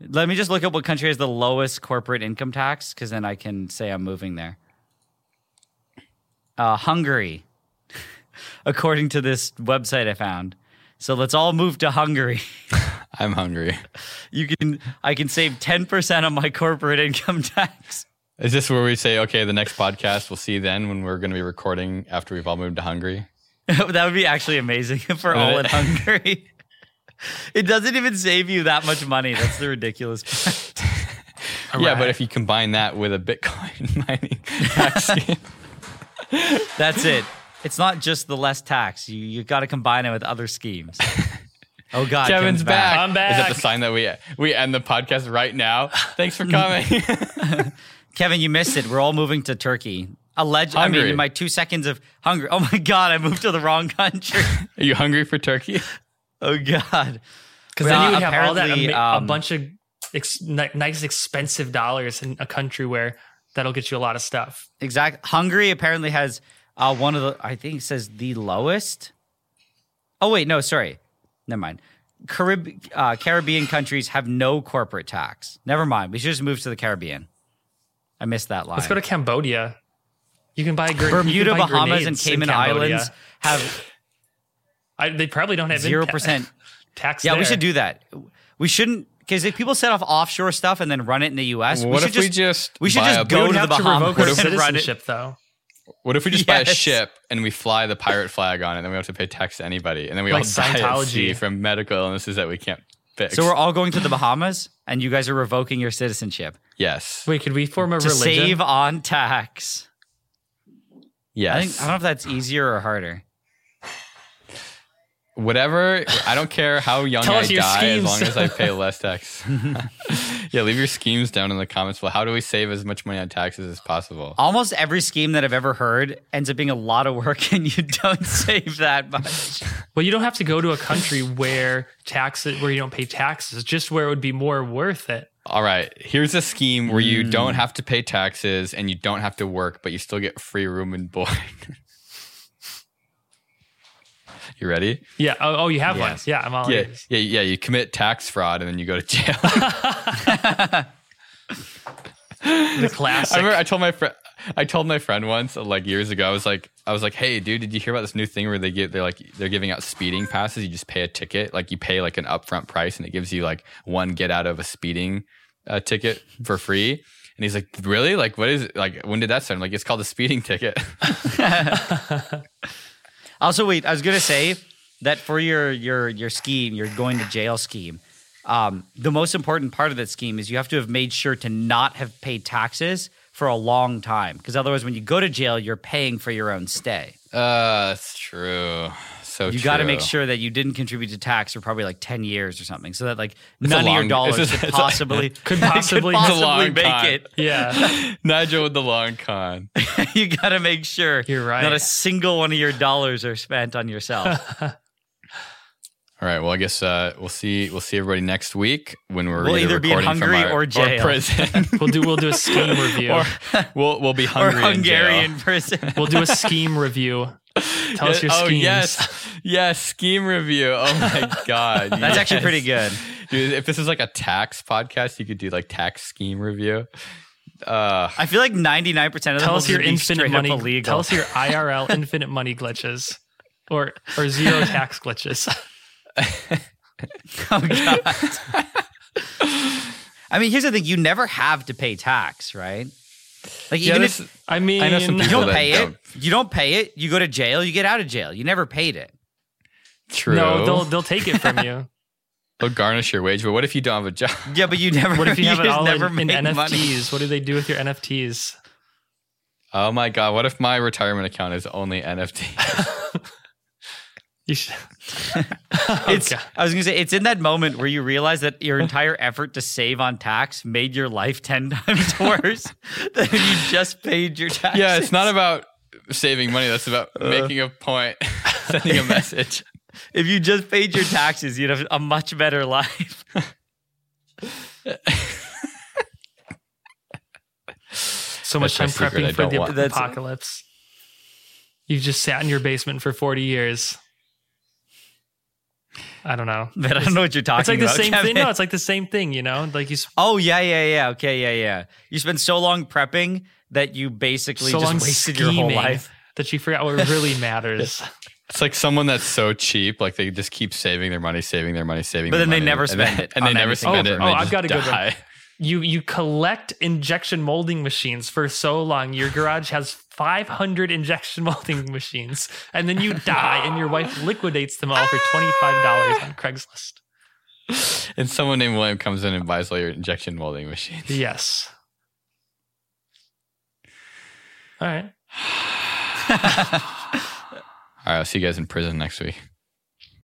Speaker 3: Let me just look up what country has the lowest corporate income tax, because then I can say I'm moving there. Uh, Hungary, *laughs* according to this website I found. So let's all move to Hungary. *laughs*
Speaker 1: I'm hungry.
Speaker 3: You can, I can save ten percent of my corporate income tax. *laughs*
Speaker 1: Is this where we say, okay, the next podcast we'll see then when we're going to be recording after we've all moved to Hungary?
Speaker 3: that would be actually amazing *laughs* for all in Hungary. *laughs* it doesn't even save you that much money. That's the ridiculous. part.
Speaker 1: Yeah, but if you combine that with a Bitcoin *laughs* mining tax scheme,
Speaker 3: That's it. It's not just the less tax. You you got to combine it with other schemes. Oh God,
Speaker 1: Kevin's back.
Speaker 2: I'm
Speaker 1: Is that
Speaker 2: back.
Speaker 1: the sign that we we end the podcast right
Speaker 3: *laughs*
Speaker 1: now? Thanks for coming.
Speaker 3: Kevin, you missed it. We're all moving to Turkey. Alleged. I mean,
Speaker 1: Hungary.
Speaker 3: in my two seconds of hunger. Oh my God, I moved to the wrong country. *laughs*
Speaker 1: Are you hungry for turkey?
Speaker 3: oh God.
Speaker 2: Because then
Speaker 3: Uh,
Speaker 2: you would have all that
Speaker 3: apparently,
Speaker 2: ama-
Speaker 3: um,
Speaker 2: a bunch of ex- ni- nice expensive dollars in a country where that'll get you a lot of stuff.
Speaker 3: Exact. Hungary apparently has uh, one of the. I think it says the lowest. Oh wait, no, sorry. Never mind. Carib- uh, Caribbean countries have no corporate tax. Never mind. We should just move to the Caribbean. I missed that line.
Speaker 2: Let's go to Cambodia. You can buy gr- you can
Speaker 3: Bermuda,
Speaker 2: buy
Speaker 3: Bahamas,
Speaker 2: grenades
Speaker 3: and
Speaker 2: in
Speaker 3: Cayman
Speaker 2: Cambodia.
Speaker 3: Islands
Speaker 2: *laughs*
Speaker 3: have
Speaker 2: I, they probably don't have inta-
Speaker 3: zero percent.
Speaker 2: *laughs* tax.
Speaker 3: Yeah, we
Speaker 2: there.
Speaker 3: should do that. We shouldn't because if people set off offshore stuff and then run it in the U.S.,
Speaker 1: What
Speaker 3: we should
Speaker 1: if
Speaker 3: just,
Speaker 1: we just
Speaker 3: we should
Speaker 1: buy a
Speaker 3: just
Speaker 1: boat?
Speaker 3: go
Speaker 2: We
Speaker 3: to the
Speaker 2: have to revoke
Speaker 3: Bahamas
Speaker 2: our
Speaker 3: and run it.
Speaker 2: citizenship, though.
Speaker 1: What if we just buy a
Speaker 3: Yes.
Speaker 1: ship and we fly the pirate flag on it, and then we don't have to pay tax to anybody, and then we
Speaker 2: Like
Speaker 1: all *laughs* die at
Speaker 2: Scientology.
Speaker 1: sea from medical illnesses that we can't fix?
Speaker 3: So we're all going to the Bahamas, and you guys are revoking your citizenship
Speaker 1: yes,
Speaker 2: Wait, could we form a
Speaker 3: to
Speaker 2: religion?
Speaker 3: save on tax. I,
Speaker 1: yes.
Speaker 3: think, I don't know if that's easier or harder.
Speaker 1: Whatever. I don't care how young
Speaker 2: Tell
Speaker 1: I
Speaker 2: us your
Speaker 1: die, as
Speaker 2: schemes.
Speaker 1: long as I pay less tax. *laughs* yeah, leave your schemes down in the comments. Well, how do we save as much money on taxes as possible?
Speaker 3: Almost every scheme that I've ever heard ends up being a lot of work, *laughs* and you don't save that much.
Speaker 2: well, you don't have to go to a country where taxes where you don't pay taxes. Just where it would be more worth it.
Speaker 1: All right, here's a scheme where you don't have to pay taxes and you don't have to work, but you still get free room and board. *laughs* you ready?
Speaker 2: Yeah. Oh, oh you have
Speaker 3: Yeah.
Speaker 2: one. Yeah, I'm all
Speaker 1: Yeah,
Speaker 2: ears.
Speaker 1: yeah, yeah. You commit tax fraud and then you go to *laughs* jail.
Speaker 2: The classic.
Speaker 1: I remember I told my friend I told my friend once uh, like years ago I was like I was like hey dude did you hear about this new thing where they get they're like they're giving out speeding passes you just pay a ticket like you pay like an upfront price and it gives you like one get out of a speeding uh, ticket for free and he's like really like what is it like when did that start I'm like it's called a speeding ticket *laughs*
Speaker 3: Also, wait, I was gonna say that for your your your scheme, your going to jail scheme, Um, the most important part of that scheme is you have to have made sure to not have paid taxes for a long time, because otherwise, when you go to jail, you're paying for your own stay.
Speaker 1: Uh, that's true. So
Speaker 3: you got to
Speaker 1: true.
Speaker 3: make sure that you didn't contribute to tax for probably like 10 years or something so that like
Speaker 1: a
Speaker 3: none of your
Speaker 1: long-
Speaker 3: dollars
Speaker 1: this is-
Speaker 3: could
Speaker 1: it's a- *laughs*
Speaker 3: possibly
Speaker 2: Could possibly-
Speaker 3: *laughs* could
Speaker 2: It's a
Speaker 3: possibly
Speaker 1: long
Speaker 3: make
Speaker 1: con.
Speaker 3: it *laughs*
Speaker 2: Yeah.
Speaker 1: Nigel with the long con.
Speaker 3: you got to make sure
Speaker 2: You're right.
Speaker 3: not a single one of your dollars are spent on yourself
Speaker 1: All right. Well, I guess uh, we'll see. We'll see everybody next week when we're
Speaker 3: We'll either be in
Speaker 1: recording from
Speaker 3: Hungary
Speaker 1: our-
Speaker 3: or jail. *laughs*
Speaker 1: prison. *laughs*
Speaker 2: We'll do we'll do a scheme review.
Speaker 1: or we'll we'll be
Speaker 3: or
Speaker 1: *laughs* hungry
Speaker 3: Hungarian
Speaker 1: *laughs*
Speaker 3: person.
Speaker 2: we'll do a scheme review. Tell us your
Speaker 1: oh
Speaker 2: schemes.
Speaker 1: yes, yes. Scheme review. Oh
Speaker 3: *laughs*
Speaker 1: my god,
Speaker 3: That's actually
Speaker 1: yes.
Speaker 3: pretty good.
Speaker 1: Dude, if this is like a tax podcast, you could do like tax scheme review. Uh,
Speaker 3: I feel like 99% of them
Speaker 2: Tell
Speaker 3: will
Speaker 2: us your
Speaker 3: just be
Speaker 2: infinite
Speaker 3: straight up
Speaker 2: money.
Speaker 3: illegal.
Speaker 2: Tell us your IRL infinite money glitches, or or zero tax glitches.
Speaker 3: Oh,
Speaker 2: *laughs*
Speaker 3: God. I mean, here's the thing: you never have to pay tax, right? Like
Speaker 1: yeah,
Speaker 3: even
Speaker 1: this-
Speaker 3: if
Speaker 2: I mean,
Speaker 1: I know some
Speaker 3: you
Speaker 1: people
Speaker 3: don't
Speaker 1: that
Speaker 3: pay it,
Speaker 1: don't.
Speaker 3: you don't pay it. You go to jail. You get out of jail. You never paid it.
Speaker 1: true.
Speaker 2: no, they'll
Speaker 1: they'll,
Speaker 2: they'll take it from you.
Speaker 1: garnish your wage. But what if you don't have a job? *laughs*
Speaker 3: Yeah, but *laughs* you never.
Speaker 2: What if you have it
Speaker 3: just
Speaker 2: all
Speaker 3: never
Speaker 2: in, in
Speaker 3: made
Speaker 2: NFTs?
Speaker 3: *laughs* money.
Speaker 2: What do they do with your NFTs?
Speaker 1: Oh my god, what if my retirement account is only
Speaker 3: *laughs*
Speaker 1: NFT?
Speaker 2: You should,
Speaker 3: It's,
Speaker 2: Okay.
Speaker 3: I was gonna say it's in that moment where you realize that your entire effort to save on tax made your life ten *laughs* times worse than if you just paid your taxes.
Speaker 1: yeah, it's not about saving money. That's about
Speaker 3: Uh.
Speaker 1: making a point, *laughs* sending a message.
Speaker 3: If you just paid your taxes, you'd have a much better *laughs* life.
Speaker 2: so much time
Speaker 1: That's my secret I
Speaker 2: prepping for
Speaker 1: don't
Speaker 2: the
Speaker 1: want.
Speaker 3: That's-
Speaker 2: apocalypse. You've just sat in your basement for forty years. I don't know.
Speaker 3: But I don't know what you're talking
Speaker 2: It's like the
Speaker 3: about.
Speaker 2: same
Speaker 3: Kevin.
Speaker 2: thing. No, it's like the same thing. You know, like you s-
Speaker 3: Oh yeah, yeah, yeah. Okay, yeah, yeah. You spend so long prepping that you basically
Speaker 2: so
Speaker 3: just
Speaker 2: long
Speaker 3: wasted
Speaker 2: scheming
Speaker 3: your whole life.
Speaker 2: that you forgot what
Speaker 3: *laughs*
Speaker 2: really matters.
Speaker 1: It's like someone that's so cheap, like they just keep saving their money, saving their money, saving.
Speaker 3: But
Speaker 1: their
Speaker 3: then they
Speaker 1: money,
Speaker 3: never
Speaker 1: and
Speaker 3: spend
Speaker 1: then-
Speaker 3: it
Speaker 1: *laughs* and they
Speaker 3: on
Speaker 1: never
Speaker 3: anything.
Speaker 1: spend
Speaker 2: Oh,
Speaker 1: it. and
Speaker 2: oh,
Speaker 1: they
Speaker 2: I've
Speaker 1: just
Speaker 2: got a good one.
Speaker 1: die. *laughs*
Speaker 2: you you collect injection molding machines for so long. Your garage has 500 injection molding machines, and then you die, and your wife liquidates them all for $25
Speaker 3: *laughs*
Speaker 2: on Craigslist.
Speaker 1: And someone named William comes in and buys all your injection molding machines.
Speaker 2: Yes. All right.
Speaker 1: All right, I'll see you guys in prison next week.